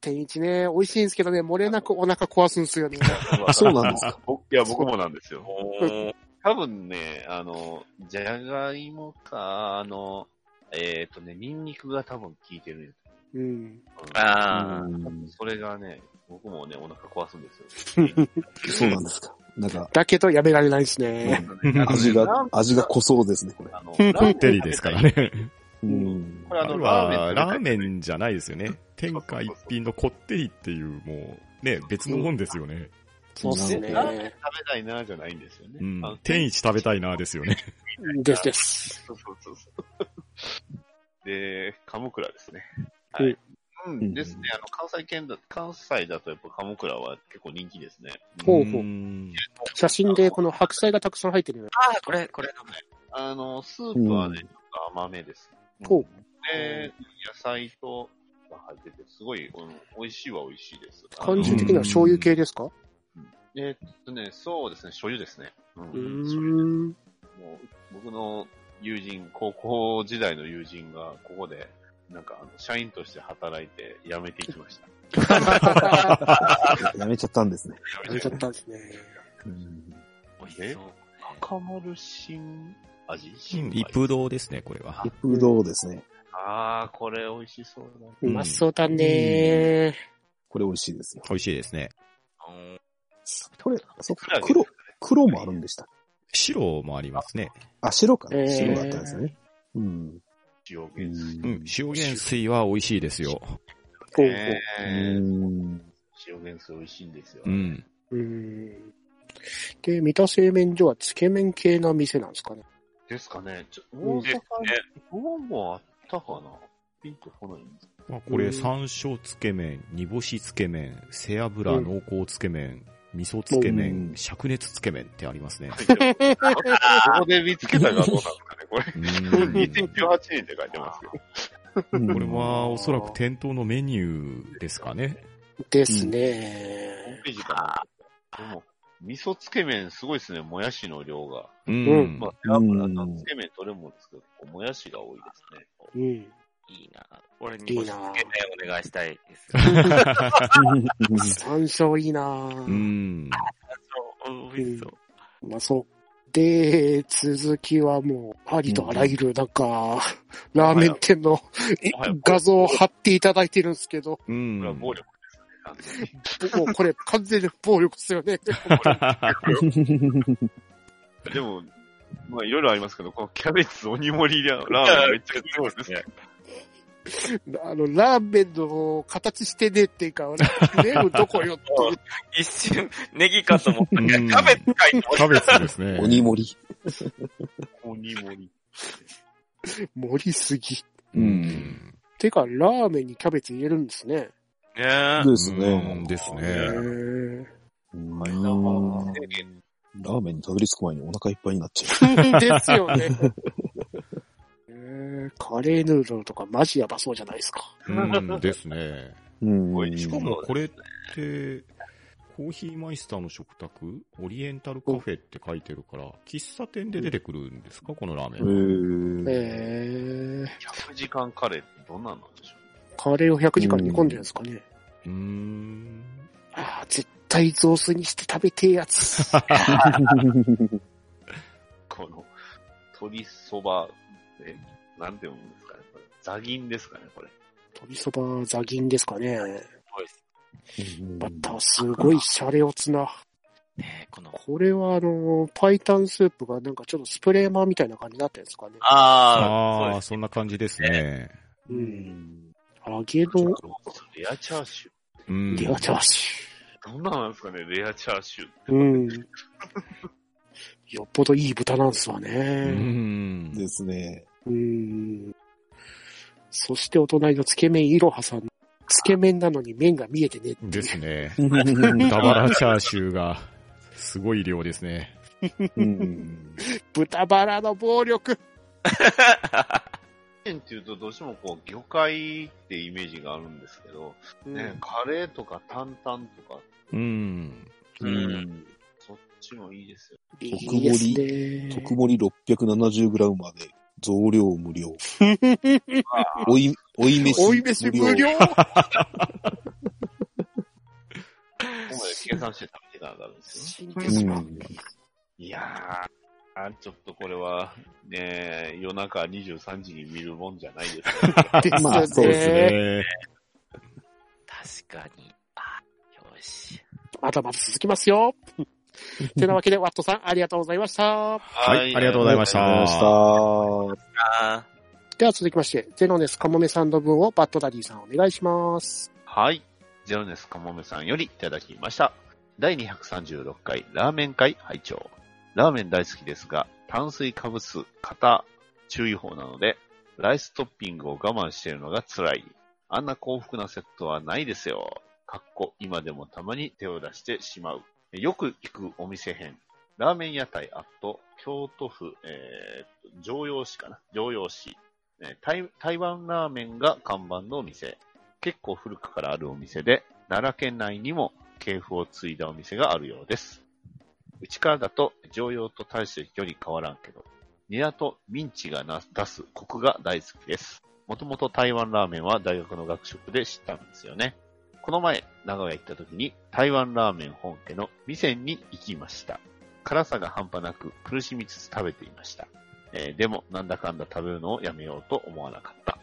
[SPEAKER 3] 天一ね、美味しいんですけどね、漏れなくお腹壊すんですよね。
[SPEAKER 5] あそうなんですか。
[SPEAKER 2] 僕いや、僕もなんですよ。
[SPEAKER 4] ー
[SPEAKER 2] 多分ね、あの、じゃがいもか、あの、えっ、とね、ニンニクが多分効いてるんやと
[SPEAKER 3] うん。
[SPEAKER 2] 思う
[SPEAKER 4] あー。
[SPEAKER 2] それがね、僕もね、お腹壊すんですよ。
[SPEAKER 5] そうなんですか。なんか、
[SPEAKER 3] だけど、やめられないですね。
[SPEAKER 5] 味が、味が濃そうですね、これ。
[SPEAKER 2] あの、
[SPEAKER 6] こってりですから。ね。
[SPEAKER 5] うん
[SPEAKER 2] これ
[SPEAKER 6] あ
[SPEAKER 2] あ
[SPEAKER 6] れ
[SPEAKER 2] の、
[SPEAKER 6] は、
[SPEAKER 2] ラ
[SPEAKER 6] ラー
[SPEAKER 2] ーメン。
[SPEAKER 6] メンじゃないですよね。天下一品のこってりっていう、もう、ね、別のもんですよね。
[SPEAKER 3] そうっす
[SPEAKER 2] ラーメン
[SPEAKER 3] ね。
[SPEAKER 2] 食べたいな、じゃないんですよね。
[SPEAKER 6] うん
[SPEAKER 2] あの。
[SPEAKER 6] 天一食べたいなですよね。
[SPEAKER 3] ですです。
[SPEAKER 2] そうそうそうそう。で、鎌倉ですね。はい。うん、
[SPEAKER 5] うん
[SPEAKER 2] ですね。あの、関西圏だ、関西だとやっぱ鎌倉は結構人気ですね。
[SPEAKER 3] ほう
[SPEAKER 6] う
[SPEAKER 3] ほう。
[SPEAKER 6] ん
[SPEAKER 3] 写真でこの白菜がたくさん入ってるよね。
[SPEAKER 4] ああ、これ、これ。
[SPEAKER 2] あの、スープはね、
[SPEAKER 5] う
[SPEAKER 2] ちょっと甘めです。
[SPEAKER 3] ほう
[SPEAKER 2] で、野菜と、が入ってて、すごい、うん、美味しいは美味しいです。あの
[SPEAKER 3] 感じ的には醤油系ですか
[SPEAKER 2] えーっとね、そうですね、醤油ですね。う
[SPEAKER 3] うー
[SPEAKER 2] ん。醤油
[SPEAKER 3] ん。
[SPEAKER 2] もう僕の友人、高校時代の友人が、ここで、なんか、あの社員として働いて辞めていきました。
[SPEAKER 3] や
[SPEAKER 5] やめちゃったんですね。
[SPEAKER 3] めちゃったんですね。
[SPEAKER 5] うん
[SPEAKER 4] 美味し
[SPEAKER 2] え
[SPEAKER 4] そう。
[SPEAKER 2] 高丸新味
[SPEAKER 6] うん
[SPEAKER 2] 新
[SPEAKER 6] 一風堂ですね、これは。
[SPEAKER 5] 不動ですね。
[SPEAKER 2] あー、これ美味しそうだ
[SPEAKER 3] うまそうだね。
[SPEAKER 5] これ美味しいですよ。
[SPEAKER 6] 美味しいですね。
[SPEAKER 4] うん
[SPEAKER 5] これ、そっ
[SPEAKER 2] クラ
[SPEAKER 5] か、
[SPEAKER 2] ゲ
[SPEAKER 5] 黒、黒もあるんでした。
[SPEAKER 6] 白もありますね。
[SPEAKER 5] あ、白か。
[SPEAKER 3] えー
[SPEAKER 5] 白があったんですね。うん。
[SPEAKER 2] 塩
[SPEAKER 5] う
[SPEAKER 2] 気です。
[SPEAKER 5] ん。
[SPEAKER 6] うん、塩原水は美味しいですよ。
[SPEAKER 3] ほうほ
[SPEAKER 2] ね
[SPEAKER 5] う
[SPEAKER 2] え
[SPEAKER 5] ん。
[SPEAKER 2] 塩原水美味しいんですよ。
[SPEAKER 6] うん。
[SPEAKER 3] う。うーん。で、三田製麺所はつけ麺系な店なんですかね。
[SPEAKER 2] ですかね。ちょ
[SPEAKER 3] うん
[SPEAKER 2] 大阪に、どうもあったかなピンとこないんです
[SPEAKER 6] まあ、これ、山椒つけ麺、煮干しつけ麺、背脂濃厚つけ麺、味噌つけ
[SPEAKER 5] うん
[SPEAKER 6] 麺、灼熱つけ麺ってありますね。
[SPEAKER 2] け ど。ここで見つけたがどうなんですかねこれ。
[SPEAKER 6] うん
[SPEAKER 2] 2018年って書いてますけど。
[SPEAKER 5] こ
[SPEAKER 6] これはおそらく店頭のメニューですかね。
[SPEAKER 3] ですね。
[SPEAKER 2] ホームページかな。でも、味噌つけ麺すごいですね。もやしの量が。
[SPEAKER 6] う
[SPEAKER 3] うん
[SPEAKER 6] ん
[SPEAKER 2] まあ、背脂のつけ麺どれもですけど、こうもやしが多いですね。
[SPEAKER 3] うん。
[SPEAKER 4] いいな。俺に
[SPEAKER 3] い
[SPEAKER 4] も
[SPEAKER 3] い
[SPEAKER 4] つけ
[SPEAKER 3] な
[SPEAKER 4] 麺お願いしたいです。
[SPEAKER 3] 山椒いいな
[SPEAKER 6] う
[SPEAKER 3] ぁ。
[SPEAKER 6] ん。
[SPEAKER 4] そう、美味しそう。
[SPEAKER 3] うまそう。で、続きはもう、ありとあらゆる、なんか、ラーメン店の
[SPEAKER 2] もはや
[SPEAKER 3] 画像を貼っていただいてるんですけど、
[SPEAKER 6] う
[SPEAKER 2] これは
[SPEAKER 6] ん。
[SPEAKER 2] 暴力ですね完全に。
[SPEAKER 3] もうこれ完全に暴力ですよね。
[SPEAKER 2] でも、まあいろいろありますけど、このキャベツ鬼盛りラーメンめっちゃ強いですね。
[SPEAKER 3] あの、ラーメンの形してねっていうか、 全部どこよっていう
[SPEAKER 4] 一瞬、ネギかと思った。
[SPEAKER 6] うん
[SPEAKER 4] いや、キャベツかいと
[SPEAKER 6] キャベツですね。
[SPEAKER 5] 鬼盛り。
[SPEAKER 2] 鬼盛り。
[SPEAKER 3] 盛りすぎ。
[SPEAKER 6] う
[SPEAKER 5] うん。
[SPEAKER 6] ん。
[SPEAKER 3] てか、ラーメンにキャベツ入れるんですね。
[SPEAKER 4] 思
[SPEAKER 5] で
[SPEAKER 6] です
[SPEAKER 5] ね。
[SPEAKER 6] ですね。
[SPEAKER 3] へ
[SPEAKER 2] え
[SPEAKER 3] ー
[SPEAKER 5] うん
[SPEAKER 2] はい
[SPEAKER 5] ラーメンにたどり着く前にお腹いっぱいになっちゃ
[SPEAKER 3] ですよね。えーカレーヌードルとかマジやばそうじゃないですか。
[SPEAKER 6] うんですね。
[SPEAKER 5] う。うん。
[SPEAKER 2] おいし
[SPEAKER 6] しかもこれって、コーヒーマイスターの食卓オリエンタルカフェって書いてるから、喫茶店で出てくるんですかこのラーメ
[SPEAKER 5] え
[SPEAKER 6] ン。
[SPEAKER 3] えー、
[SPEAKER 2] 100時間カレーってどんなんなんでしょ
[SPEAKER 3] カレーを100時間煮込んでるんですかね。
[SPEAKER 6] うーん。
[SPEAKER 3] ああ、絶対雑炊にして食べてえやつ。
[SPEAKER 2] うこの、鶏そば、え、なんて読むんですかねこれ。ザギンですかねこれ。
[SPEAKER 3] 鶏そばザギンですかね。
[SPEAKER 4] いです
[SPEAKER 3] また、すごいシャレオツな。
[SPEAKER 4] ね。この、
[SPEAKER 3] これはあの、パイタンスープがなんかちょっとスプレーマーみたいな感じになってるんですかね。
[SPEAKER 4] ああ、
[SPEAKER 6] あ
[SPEAKER 4] そう
[SPEAKER 6] あ、そんな感じですね。
[SPEAKER 3] うん。揚げの
[SPEAKER 2] レアチャーシュー。
[SPEAKER 6] うん。
[SPEAKER 3] レアチャーシ
[SPEAKER 2] どんなんなんですかねレアチャーシューって。
[SPEAKER 3] ュー。うん。よっぽどいい豚なんですわ
[SPEAKER 6] う
[SPEAKER 3] ね。
[SPEAKER 6] ん。
[SPEAKER 5] ですね。
[SPEAKER 3] うん。そしてお隣のつけ麺いろはさん。つけ麺なのに麺が見えてね。
[SPEAKER 6] ですね。
[SPEAKER 5] うん
[SPEAKER 6] 豚バラチャーシューが、すごい量ですね。
[SPEAKER 5] うん
[SPEAKER 3] 豚バラの暴力。
[SPEAKER 2] ラーメンっていうとどうしてもこう魚介ってイメージがあるんですけど、ね、カレーとか担々とか、
[SPEAKER 6] うん。
[SPEAKER 4] うん。
[SPEAKER 2] そっちもいいですよ。
[SPEAKER 3] いいですね。
[SPEAKER 5] 特盛り 670g まで増量無料。 おい、おい飯。
[SPEAKER 3] 追い飯無料。
[SPEAKER 2] ここまで計算して食べてたらダメです
[SPEAKER 3] 死
[SPEAKER 2] よ。
[SPEAKER 3] んでしまう。
[SPEAKER 2] いやー、あちょっとこれは、ねえ、夜中23時に見るもんじゃないですよ。
[SPEAKER 3] です
[SPEAKER 5] まあそう
[SPEAKER 3] よ
[SPEAKER 5] です
[SPEAKER 3] ね。
[SPEAKER 6] え
[SPEAKER 4] 確かに。あ、よし。
[SPEAKER 3] まだまだ続きますよ。てなわけで、ワットさん、ありがとうございました。
[SPEAKER 6] はいありがとうございました
[SPEAKER 5] ありがとうございまし
[SPEAKER 4] あ
[SPEAKER 3] では続きまして、ゼロネスカモメさんの分をバッドダディさんお願いします。
[SPEAKER 2] はい。ゼロネスカモメさんよりいただきました。第236回ラーメン会拝聴ラーメン大好きですが、炭水化物型注意報なので、ライストッピングを我慢しているのが辛い。あんな幸福なセットはないですよ。かっこ、今でもたまに手を出してしまう。よく行くお店編。ラーメン屋台アット、京都府、えー、常陽市かな常陽市、えー台。台湾ラーメンが看板のお店。結構古くからあるお店で、奈良県内にも系譜を継いだお店があるようです。うちからだと常用と大して距離変わらんけど、ニラとミンチがな出すコクが大好きです。もともと台湾ラーメンは大学の学食で知ったんですよね。この前、長屋行った時に台湾ラーメン本家の店に行きました。辛さが半端なく苦しみつつ食べていました。えーでも、なんだかんだ食べるのをやめようと思わなかった。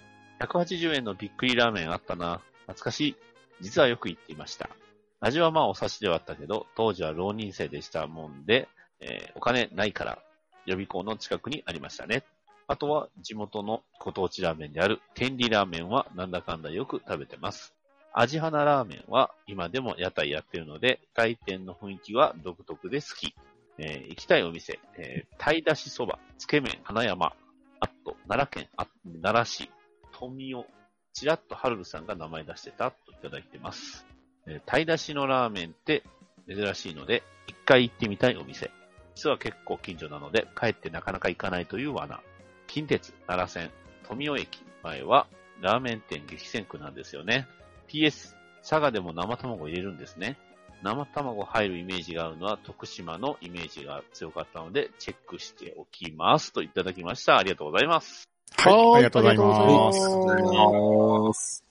[SPEAKER 2] 180円のびっくりラーメンあったな。懐かしい。実はよく行っていました。味はまあお察しではあったけど、当時は浪人生でしたもんで、えーお金ないから予備校の近くにありましたね。あとは地元のご当地ラーメンである天理ラーメンはなんだかんだよく食べてます。味花ラーメンは今でも屋台やってるので、大店の雰囲気は独特で好き。えー行きたいお店、えー、鯛だしそば、つけ麺、花山、あと、奈良県、あ奈良市、富雄、ちらっとハルルさんが名前出してたといただいてます。えー、鯛出しのラーメンって珍しいので、一回行ってみたいお店。実は結構近所なので、帰ってなかなか行かないという罠。近鉄、奈良線、富雄駅前は、ラーメン店激戦区なんですよね。PS、佐賀でも生卵入れるんですね。生卵入るイメージがあるのは徳島のイメージが強かったので、チェックしておきます。といただきました。ありがとうございます。
[SPEAKER 3] は
[SPEAKER 6] ありがとうございます
[SPEAKER 3] ありがとうございます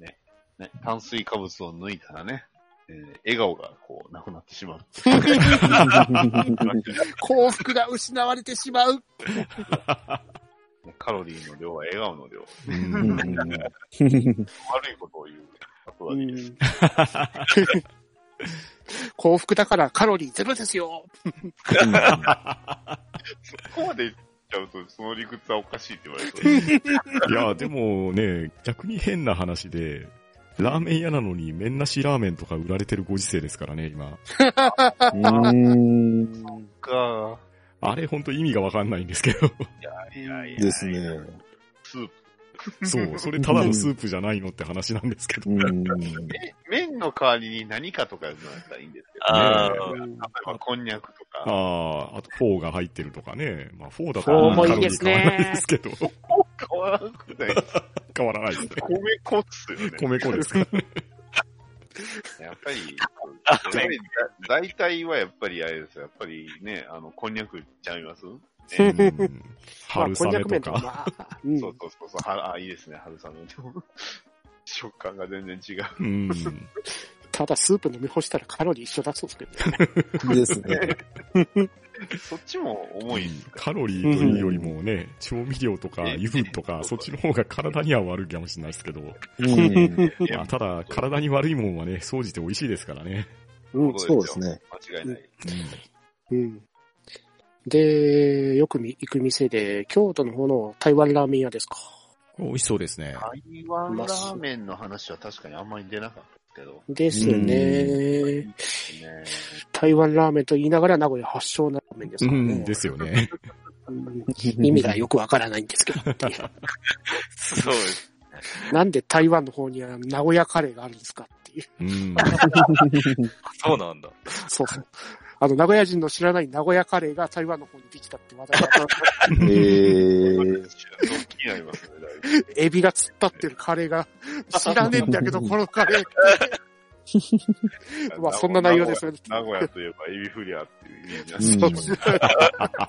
[SPEAKER 5] ます。
[SPEAKER 2] ね、炭水化物を抜いたらね、えー笑顔がこう、なくなってしまう。
[SPEAKER 3] 幸福が失われてしまう。
[SPEAKER 2] カロリーの量は笑顔の量。
[SPEAKER 1] うん
[SPEAKER 2] 悪いことを言う。あとは
[SPEAKER 3] う
[SPEAKER 2] ね
[SPEAKER 3] ん幸福だからカロリーゼロですよ。
[SPEAKER 2] ここまで言っちゃうと、その理屈はおかしいって言われそう。
[SPEAKER 6] いや、でもね、逆に変な話で、ラーメン屋なのに麺なしラーメンとか売られてるご時世ですからね、今。
[SPEAKER 5] うん
[SPEAKER 2] か
[SPEAKER 6] あれほんと意味がわかんないんですけ ど。
[SPEAKER 2] いやいや
[SPEAKER 5] ですね。
[SPEAKER 2] スープ。
[SPEAKER 6] そう、それただのスープじゃないのって話なんですけど。
[SPEAKER 5] うん
[SPEAKER 2] 麺の代わりに何かとか言うのだったらいいんですけど、ね、
[SPEAKER 4] あ
[SPEAKER 2] う
[SPEAKER 4] ー
[SPEAKER 3] うん
[SPEAKER 2] 例えばこんにゃくと
[SPEAKER 6] あ
[SPEAKER 2] か、
[SPEAKER 6] あ、あとフォーが入ってるとかね。まあフォーだと
[SPEAKER 3] フォー
[SPEAKER 6] カ
[SPEAKER 3] も
[SPEAKER 6] ロ
[SPEAKER 3] いい
[SPEAKER 6] リ
[SPEAKER 3] で
[SPEAKER 6] ー
[SPEAKER 3] す
[SPEAKER 6] 変
[SPEAKER 3] ね
[SPEAKER 6] わらないですけど。
[SPEAKER 2] 変わらなくない
[SPEAKER 6] 変わらないですね。
[SPEAKER 2] 米粉っすよね。
[SPEAKER 6] 米粉ですから。
[SPEAKER 2] やっぱり、やっぱりだ大体はやっぱりあれですよ。やっぱりね、あの、こんにゃくちゃいます、
[SPEAKER 6] う
[SPEAKER 2] ね
[SPEAKER 6] ん春
[SPEAKER 3] まあこんにゃ
[SPEAKER 6] 雨
[SPEAKER 3] く麺
[SPEAKER 6] と
[SPEAKER 3] とか
[SPEAKER 6] か。
[SPEAKER 3] まあうん
[SPEAKER 2] そうそうそうそう。はあ、いいですね、春雨でも。食感が全然違う。
[SPEAKER 6] うん。
[SPEAKER 3] ただスープ飲み干したらカロリー一緒だそうですけどね。
[SPEAKER 5] ですね。
[SPEAKER 2] そっちも重いですか
[SPEAKER 6] カロリーというよりもね、調味料とか油分とか、そっちの方が体には悪いかもしれないですけど。
[SPEAKER 5] うん
[SPEAKER 2] ら。いや
[SPEAKER 6] まあ、ただ、体に悪いもんはね、総じて美味しいですからね。
[SPEAKER 3] うん
[SPEAKER 5] そうです。ね。
[SPEAKER 2] 間違いない。
[SPEAKER 3] うんで、よくみ行く店で、京都の方の台湾ラーメン屋ですか。
[SPEAKER 1] これ美味しそうですね。
[SPEAKER 2] 台湾ラーメンの話は確かにあんまり出なかったですけど。
[SPEAKER 3] ですね。
[SPEAKER 2] ね、
[SPEAKER 3] 台湾ラーメンと言いながら名古屋発祥のラーメンです
[SPEAKER 6] う
[SPEAKER 3] からね。
[SPEAKER 6] ん、ですよね。
[SPEAKER 3] うん意味がよくわからないんですけどっ ていう。
[SPEAKER 4] そうです。
[SPEAKER 3] なんで台湾の方には名古屋カレーがあるんですかっていう。
[SPEAKER 6] うん。
[SPEAKER 4] そうなんだ。
[SPEAKER 3] そうそう。あの、名古屋人の知らない名古屋カレーが台湾の方にできたって話題が、
[SPEAKER 5] えー
[SPEAKER 2] ドッキリになりますね、だいぶ。
[SPEAKER 3] エビが突っ立ってるカレー が、知らねえんだけど、このカレー。まあ、そんな内容ですよね。
[SPEAKER 2] 名古屋といえばエビフリアっていうイメージなん
[SPEAKER 5] 古屋
[SPEAKER 2] で
[SPEAKER 3] そう
[SPEAKER 5] う
[SPEAKER 3] そ
[SPEAKER 5] ん
[SPEAKER 3] う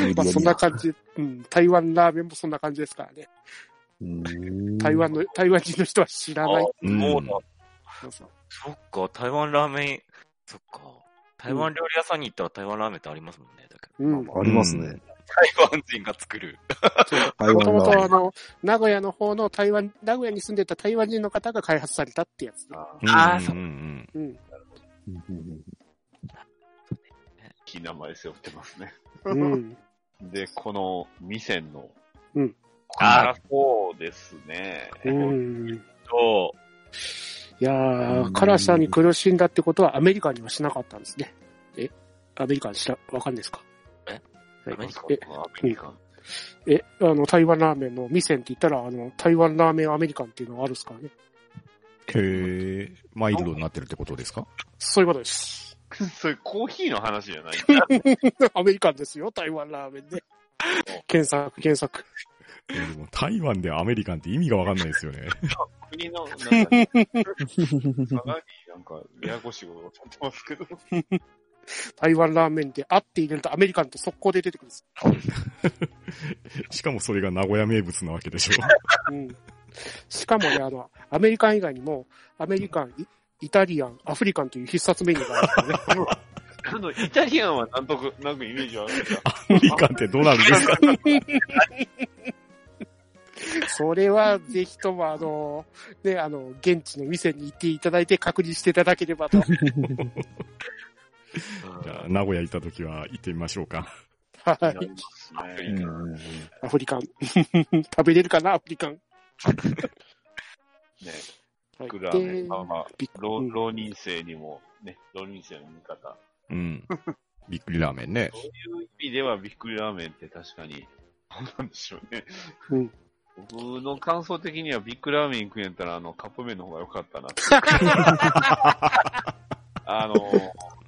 [SPEAKER 5] うん
[SPEAKER 3] まあ、そんな感じ、うん、台湾ラーメンもそんな感じですからね。
[SPEAKER 5] うん
[SPEAKER 3] 台湾の、台湾人の人は知らない。
[SPEAKER 4] あもうな、
[SPEAKER 3] そうそう
[SPEAKER 4] そっか、台湾ラーメン、そっか。台湾料理屋さんに行ったら台湾ラーメンってありますもんね。だけど
[SPEAKER 3] うん。
[SPEAKER 5] ありますね。
[SPEAKER 4] 台湾人が作る。
[SPEAKER 5] 台
[SPEAKER 3] もと
[SPEAKER 5] 湾
[SPEAKER 3] も
[SPEAKER 5] ラ
[SPEAKER 3] とあ
[SPEAKER 5] ー
[SPEAKER 3] の、名古屋の方の台湾、名古屋に住んでた台湾人の方が開発されたってやつで。
[SPEAKER 2] あ
[SPEAKER 4] あー
[SPEAKER 6] うんうん
[SPEAKER 3] うん。
[SPEAKER 5] メン。
[SPEAKER 2] 大きい名前背負ってますね。
[SPEAKER 3] うん。
[SPEAKER 2] で、この店の、
[SPEAKER 3] うん。
[SPEAKER 4] あ
[SPEAKER 2] あ、そうですね。
[SPEAKER 3] うん。
[SPEAKER 4] そう。
[SPEAKER 3] いやー、辛さに苦しんだってことはアメリカにはしなかったんですね。え、アメリカにした、わかんないですか
[SPEAKER 4] え
[SPEAKER 3] はい
[SPEAKER 4] アメリカ
[SPEAKER 3] え、
[SPEAKER 2] アメリカン。
[SPEAKER 3] え、あの、台湾ラーメンの店って言ったら、あの、台湾ラーメンアメリカンっていうのがあるんですからね。
[SPEAKER 6] へえ、マイルドになってるってことですか
[SPEAKER 3] そういうことです。
[SPEAKER 2] それコーヒーの話じゃない。
[SPEAKER 3] アメリカンですよ、台湾ラーメンで。検索、検索。
[SPEAKER 6] でも台湾でアメリカンって意味がわかんないですよ ね。
[SPEAKER 2] 国の、なんか、かなり なんか、ややこしいことが立ってますけど。
[SPEAKER 3] 台湾ラーメンで、あって入れるとアメリカンって速攻で出てくるんです。
[SPEAKER 6] しかもそれが名古屋名物なわけでしょ。
[SPEAKER 3] うん。しかもね、あの、アメリカン以外にも、アメリカン、イイタリアン、アフリカンという必殺メニューがあるんですよね。
[SPEAKER 2] あの、イタリアンはなんとく、なんかイメージはあるんです か
[SPEAKER 6] アメリカンってどうなるん ですか
[SPEAKER 3] それは、ぜひとも、あの、ね、あの、現地の店に行っていただいて確認していただければと。
[SPEAKER 6] じゃあ名古屋行った時は行ってみましょうか。
[SPEAKER 3] は。
[SPEAKER 2] ないますね
[SPEAKER 5] うん
[SPEAKER 3] アフリカン。 食べれるかな、アフリカン。
[SPEAKER 2] ね、
[SPEAKER 3] はい
[SPEAKER 2] 僕ら
[SPEAKER 3] で
[SPEAKER 2] ね、まあまあ、
[SPEAKER 3] びっ
[SPEAKER 2] 浪
[SPEAKER 3] うん
[SPEAKER 2] 浪人生にも、ね、浪人生の味方。
[SPEAKER 6] うん。びっくりラーメンね。
[SPEAKER 2] そういう意味では、びっくりラーメンって確かに、そうなんでしょうね。
[SPEAKER 3] うん
[SPEAKER 2] 僕の感想的には、ビッグラーメン行くんやったら、あの、カップ麺の方が良かったなって。あの、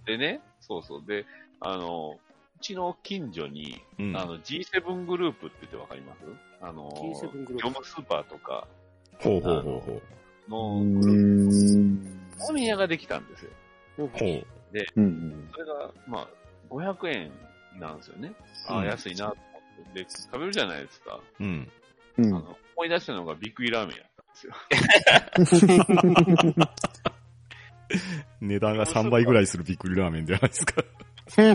[SPEAKER 2] でね、そうそう。で、あの、うちの近所に、
[SPEAKER 6] うん。
[SPEAKER 2] あの、G7 グループって言ってわかりますあの、
[SPEAKER 3] G7 グループ
[SPEAKER 2] 業務スーパーとか
[SPEAKER 6] ほうほうほうほう。
[SPEAKER 2] の、
[SPEAKER 5] うん。
[SPEAKER 2] ラーメン屋ができたんですよ。
[SPEAKER 6] ほう。
[SPEAKER 5] うん。
[SPEAKER 2] それが、まあ、500円なんですよね。あ
[SPEAKER 6] う
[SPEAKER 2] あ、
[SPEAKER 6] ん
[SPEAKER 2] 安いなと思って。で、食べるじゃないですか。
[SPEAKER 6] うん。
[SPEAKER 5] う
[SPEAKER 2] あ
[SPEAKER 5] ん。
[SPEAKER 2] の、思い出したのがビッグイラーメンやったんですよ。
[SPEAKER 6] 値段が3倍ぐらいするびっくりラーメンじゃないですか。
[SPEAKER 2] 完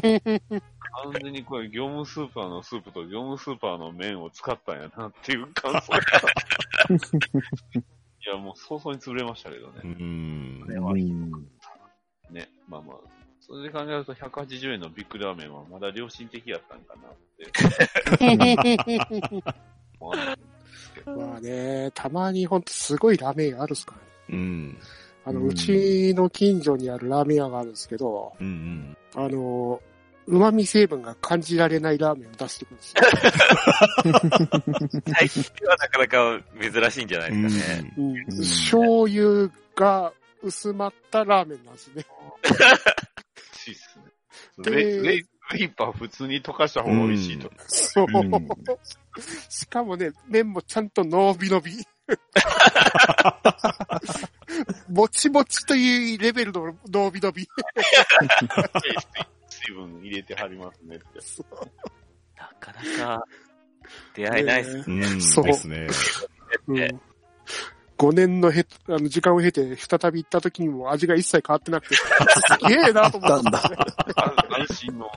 [SPEAKER 2] 全にこれ、業務スーパーのスープと業務スーパーの麺を使ったんやなっていう感想が。いや、もう早々に潰れましたけど
[SPEAKER 6] う
[SPEAKER 2] ね。
[SPEAKER 6] ん。
[SPEAKER 5] うん
[SPEAKER 2] ね、まあまあ。それで考えると180円のビッグラーメンはまだ良心的やったんかなって思うんですけど。
[SPEAKER 3] まあね、たまにほんとすごいラーメン屋あるっすから
[SPEAKER 6] う
[SPEAKER 3] ね。
[SPEAKER 6] ん。
[SPEAKER 3] あの、
[SPEAKER 5] うん
[SPEAKER 3] うちの近所にあるラーメン屋があるんですけど、
[SPEAKER 6] うんうん。
[SPEAKER 3] あの、旨味成分が感じられないラーメンを出してくるんですよ。
[SPEAKER 4] 最近はなかなか珍しいんじゃないですかね。
[SPEAKER 3] うん、醤油が薄まったラーメンなんですね。
[SPEAKER 2] しいっすね。
[SPEAKER 3] で
[SPEAKER 2] レレイレイパー普通に溶かした方が美味しいと。
[SPEAKER 3] そう。
[SPEAKER 5] うん
[SPEAKER 3] しかもね、麺もちゃんと伸び伸び。もちもちというレベルの伸び伸び。
[SPEAKER 2] 水分入れてはりますねって。
[SPEAKER 4] なかなか出会えないですね。
[SPEAKER 6] うん。
[SPEAKER 3] そう
[SPEAKER 6] ですね。
[SPEAKER 3] うん5年のへあの時間を経て、再び行った時にも味が一切変わってなくて、すげえなと思って、
[SPEAKER 2] 安心の。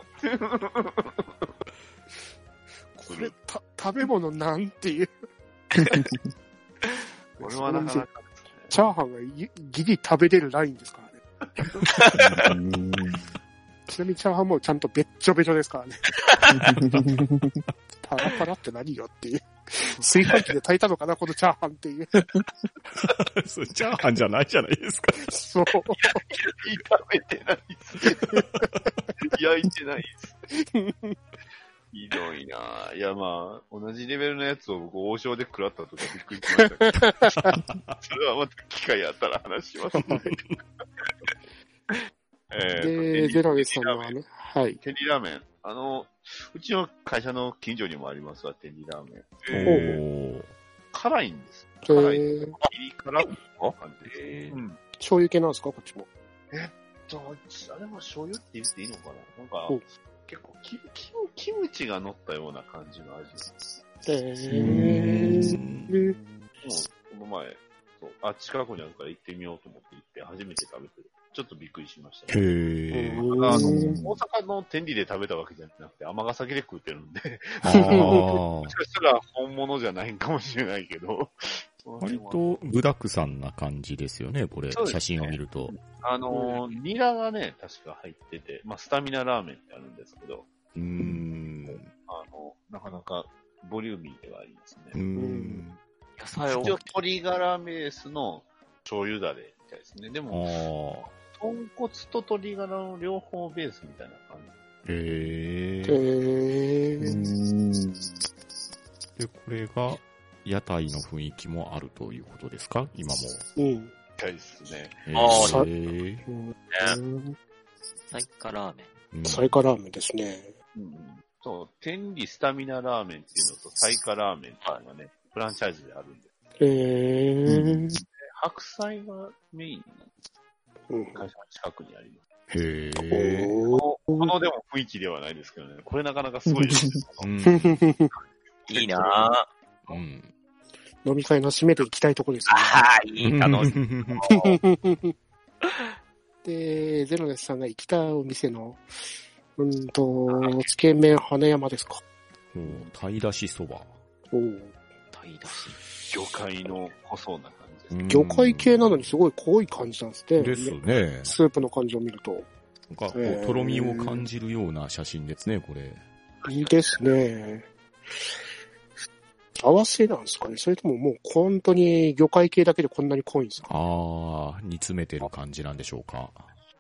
[SPEAKER 3] これた、食べ物なんて いう。
[SPEAKER 2] これはなかなかですね。
[SPEAKER 3] チャーハンがぎギリ食べれるラインですからね。ちなみにチャーハンもちゃんとべっちょべちょですからね。パラパラって何よっていう。炊飯器で炊いたのかな、このチャーハンっていう。
[SPEAKER 6] それチャーハンじゃないじゃないですか。
[SPEAKER 3] そう。
[SPEAKER 2] 炒めてないっす。焼いてないっす。ひどいなぁ。いやまあ、同じレベルのやつを僕、王将で食らったとかびっくりしましたけど。それはまた機会あったら話しますね。え
[SPEAKER 3] で、
[SPEAKER 2] ー
[SPEAKER 3] ゼロゲスさんのはね、はい。
[SPEAKER 2] 天理ラーメン。あの、うちの会社の近所にもありますわ、天理ラーメン。
[SPEAKER 6] お
[SPEAKER 2] 辛いんです。
[SPEAKER 3] え
[SPEAKER 2] 辛い。
[SPEAKER 3] ー、
[SPEAKER 2] ピリ辛い感じで
[SPEAKER 4] え
[SPEAKER 2] す。
[SPEAKER 4] ー
[SPEAKER 2] うん。
[SPEAKER 3] 醤油系なんですか、こっちも。
[SPEAKER 2] と、あれも醤油って言っていいのかななん
[SPEAKER 3] うん
[SPEAKER 2] か、結構キキム、キムチが乗ったような感じの味です。
[SPEAKER 3] えー、
[SPEAKER 2] うん、この前、そう、あ、近くにあるから行ってみようと思って行って、初めて食べて、ちょっとびっくりしました、
[SPEAKER 6] へ
[SPEAKER 2] ね。
[SPEAKER 6] え。
[SPEAKER 2] ただあの、
[SPEAKER 5] うん
[SPEAKER 2] 大阪の天理で食べたわけじゃなくて、尼崎で食ってるんで、
[SPEAKER 6] ああ
[SPEAKER 2] もし。かしたら本物じゃないんかもしれないけど、
[SPEAKER 6] 割と具沢山な感じですよね、これ。
[SPEAKER 2] そうです
[SPEAKER 6] 写
[SPEAKER 2] ね
[SPEAKER 6] 真を見ると。
[SPEAKER 2] あのー、ニラがね、確か入ってて、まあ、スタミナラーメンってあるんですけど、
[SPEAKER 6] うーん。
[SPEAKER 2] あの、なかなかボリューミーではあります
[SPEAKER 6] うー
[SPEAKER 2] ね。
[SPEAKER 6] ん。
[SPEAKER 4] 野菜を
[SPEAKER 2] 一応、鶏ガラベースの醤油だれみたいですね。で
[SPEAKER 6] あ
[SPEAKER 2] も、
[SPEAKER 6] ー
[SPEAKER 2] 豚骨と鶏ガラの両方ベースみたいな感じ。
[SPEAKER 6] へ
[SPEAKER 3] え
[SPEAKER 6] え。
[SPEAKER 3] ー、
[SPEAKER 5] うーん。
[SPEAKER 6] で、これが、屋台の雰囲気もあるということですか今も。
[SPEAKER 3] うん。
[SPEAKER 2] たいですね。
[SPEAKER 4] あ
[SPEAKER 6] へ
[SPEAKER 3] ー
[SPEAKER 6] え。
[SPEAKER 3] うん
[SPEAKER 4] サイカラーメン。
[SPEAKER 6] うん
[SPEAKER 3] サイカラーメンですね。
[SPEAKER 2] うん。そう、天理スタミナラーメンっていうのと、サイカラーメンっていうのがね、フランチャイズであるんで。
[SPEAKER 3] えー、
[SPEAKER 2] 白菜がメイン
[SPEAKER 3] うん
[SPEAKER 2] の会社の近くにあります。
[SPEAKER 6] へえ。
[SPEAKER 3] おー
[SPEAKER 2] このこのでも雰囲気ではないですけどね、これなかなかすご いですね。
[SPEAKER 6] うん。
[SPEAKER 4] いいなぁ。
[SPEAKER 6] うん。
[SPEAKER 3] 飲み会の締めていきたいところです
[SPEAKER 4] あーいい楽しい。
[SPEAKER 3] ね。で、ゼロネスさんが行きたいお店の、うんと、つけ麺花山ですか。
[SPEAKER 6] もう、鯛出しそば。
[SPEAKER 3] おー
[SPEAKER 4] 鯛だし。
[SPEAKER 2] 魚介の濃そうな感じです。
[SPEAKER 6] うん
[SPEAKER 3] 魚介系なのにすごい濃い感じなんですね。
[SPEAKER 6] ですね。
[SPEAKER 3] スープの感じを見ると。
[SPEAKER 6] なんか、こ
[SPEAKER 3] へ
[SPEAKER 6] う、
[SPEAKER 3] ー
[SPEAKER 6] とろみを感じるような写真ですね、これ。
[SPEAKER 3] いいですね。合わせなんですかねそれとももう本当に魚介系だけでこんなに濃いんですか
[SPEAKER 6] ああ、煮詰めてる感じなんでしょうか。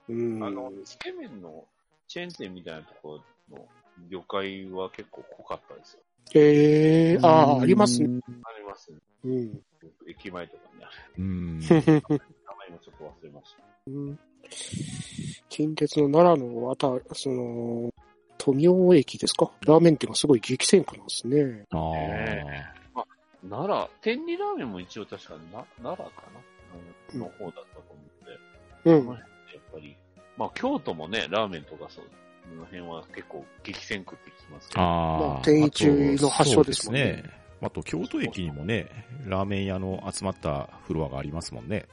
[SPEAKER 3] うん。
[SPEAKER 2] あの、つけ麺のチェーン店みたいなところの魚介は結構濃かったですよ。
[SPEAKER 3] ええああ、ありますね。
[SPEAKER 2] ありますね。
[SPEAKER 3] うん。
[SPEAKER 2] 駅前とかにある。
[SPEAKER 6] うん。
[SPEAKER 2] 名前もちょっと忘れました。
[SPEAKER 3] うん近鉄の奈良のあた、その、富雄駅ですかラーメン店がすごい激戦区なんですね。
[SPEAKER 6] あ
[SPEAKER 2] ね
[SPEAKER 6] あ。
[SPEAKER 2] 奈良、天理ラーメンも一応確かな奈良かなの方だったと思うんで、
[SPEAKER 3] う
[SPEAKER 2] この
[SPEAKER 3] ん。
[SPEAKER 2] 辺ってやっぱり、まあ京都もね、ラーメンとかそう、この辺は結構激戦区って聞きますけど、
[SPEAKER 6] あ
[SPEAKER 3] まあ
[SPEAKER 6] あ。
[SPEAKER 3] 天一の発祥ですもんね
[SPEAKER 6] あとそうですね。あと、京都駅にもね、ラーメン屋の集まったフロアがありますもんね。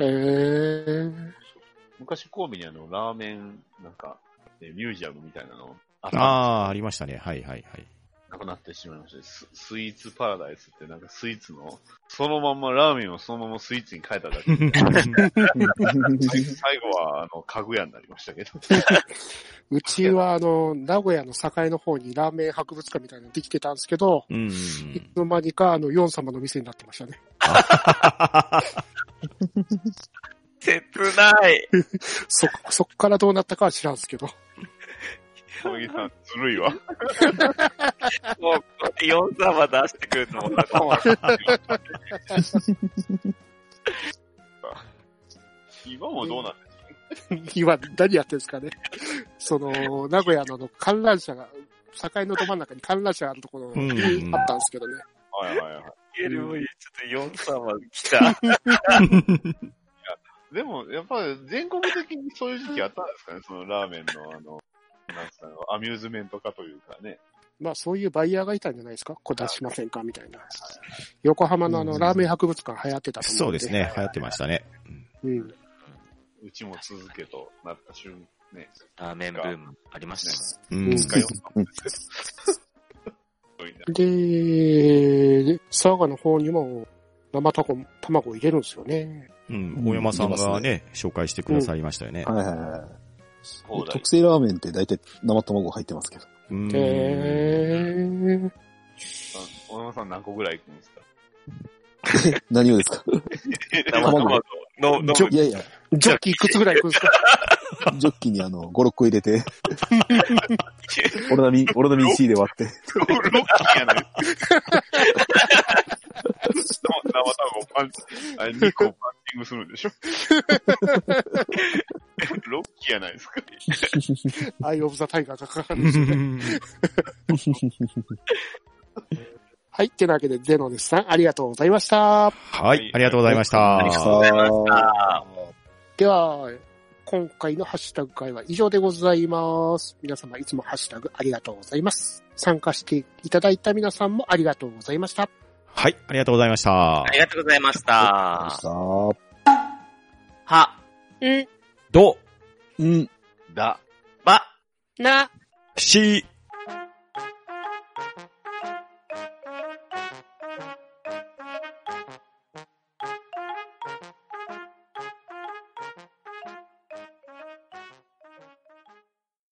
[SPEAKER 3] ええ
[SPEAKER 2] 昔神戸にあの、ラーメン、なんか、ねミュージアムみたいなのあった
[SPEAKER 6] ああ、ありましたね。はいはい はい。
[SPEAKER 2] なくなってしまいましたねス。スイーツパラダイスってなんかスイーツの、そのまんまラーメンをそのままスイーツに変えた だけで最最後はあの、家具屋になりましたけど。
[SPEAKER 3] うちはあの、名古屋の境の方にラーメン博物館みたいなのできてたんですけど、
[SPEAKER 6] うん。
[SPEAKER 3] いつの間にかあの、ヨン様の店になってましたね。
[SPEAKER 4] 切ない。
[SPEAKER 3] そ、 そっからどうなったかは知らんすけど。
[SPEAKER 2] 小麦さん、ずるい わ。
[SPEAKER 4] もう、これ4様出してくると思った。
[SPEAKER 2] 今もどうなんですか
[SPEAKER 3] 今、何やってんですかね。 その、名古屋のあの観覧車が、境のど真ん中に観覧車があるところ
[SPEAKER 6] うん
[SPEAKER 3] にあったんですけどね。
[SPEAKER 2] はいはいはい。
[SPEAKER 4] ゲルもいい。ちょっと4様来た。
[SPEAKER 2] でも、やっぱり全国的にそういう時期あったんですかね、そのラーメンの、あの、なんすか、アミューズメント化というかね。
[SPEAKER 3] まあ、そういうバイヤーがいたんじゃないですかこれ出しませんかみたいな。横浜のあの、ラーメン博物館流行ってたと思
[SPEAKER 6] そうですね。流行
[SPEAKER 3] い。
[SPEAKER 6] ってましたね。
[SPEAKER 3] うん。
[SPEAKER 2] うちも続けとなった瞬間、ね。
[SPEAKER 4] ラーメンブームありましたね。
[SPEAKER 6] うん
[SPEAKER 3] うん
[SPEAKER 2] 使いようなんですけどすごいな
[SPEAKER 3] で、佐賀の方にも、生タコ、卵を入れるんですよね。
[SPEAKER 6] うん。大山さんがね、紹介してくださいましたよね。
[SPEAKER 5] はいはいはい。
[SPEAKER 2] そうだよ
[SPEAKER 5] 特製ラーメンって大体生卵入ってますけど。
[SPEAKER 6] うん
[SPEAKER 3] へー。
[SPEAKER 2] 小山さん何個ぐらい行くんですか
[SPEAKER 5] 何をですか
[SPEAKER 4] 生卵の、の、
[SPEAKER 5] いやいや、
[SPEAKER 3] ジョッキいくつぐらいいくんですか
[SPEAKER 5] ジョッキにあの、5、6個入れて、オロナミン、オロナミン C で割って。
[SPEAKER 2] ロッキーやな い生卵パンチ、あれ2個パンチングするんでしょロッキーやないですか
[SPEAKER 3] アイオブザタイガーがかかるん
[SPEAKER 6] う
[SPEAKER 3] ですよね。
[SPEAKER 6] ん
[SPEAKER 3] はい。ってなわけで、ゼノネスさん、ありがとうございまし た。
[SPEAKER 6] はい。ありがとうございました。
[SPEAKER 5] あ
[SPEAKER 3] では、今回のハッシュタグ会は以上でございます。皆様いつもハッシュタグありがとうございます。参加していただいた皆さんもありがとうございました。
[SPEAKER 6] はい。ありがとうございました
[SPEAKER 4] あ。りがとうございまし
[SPEAKER 5] ー。
[SPEAKER 4] た。
[SPEAKER 5] さあ、
[SPEAKER 4] は、
[SPEAKER 3] ん、
[SPEAKER 6] ど、
[SPEAKER 5] うん。
[SPEAKER 2] だ。
[SPEAKER 4] ば、
[SPEAKER 3] な、
[SPEAKER 6] し、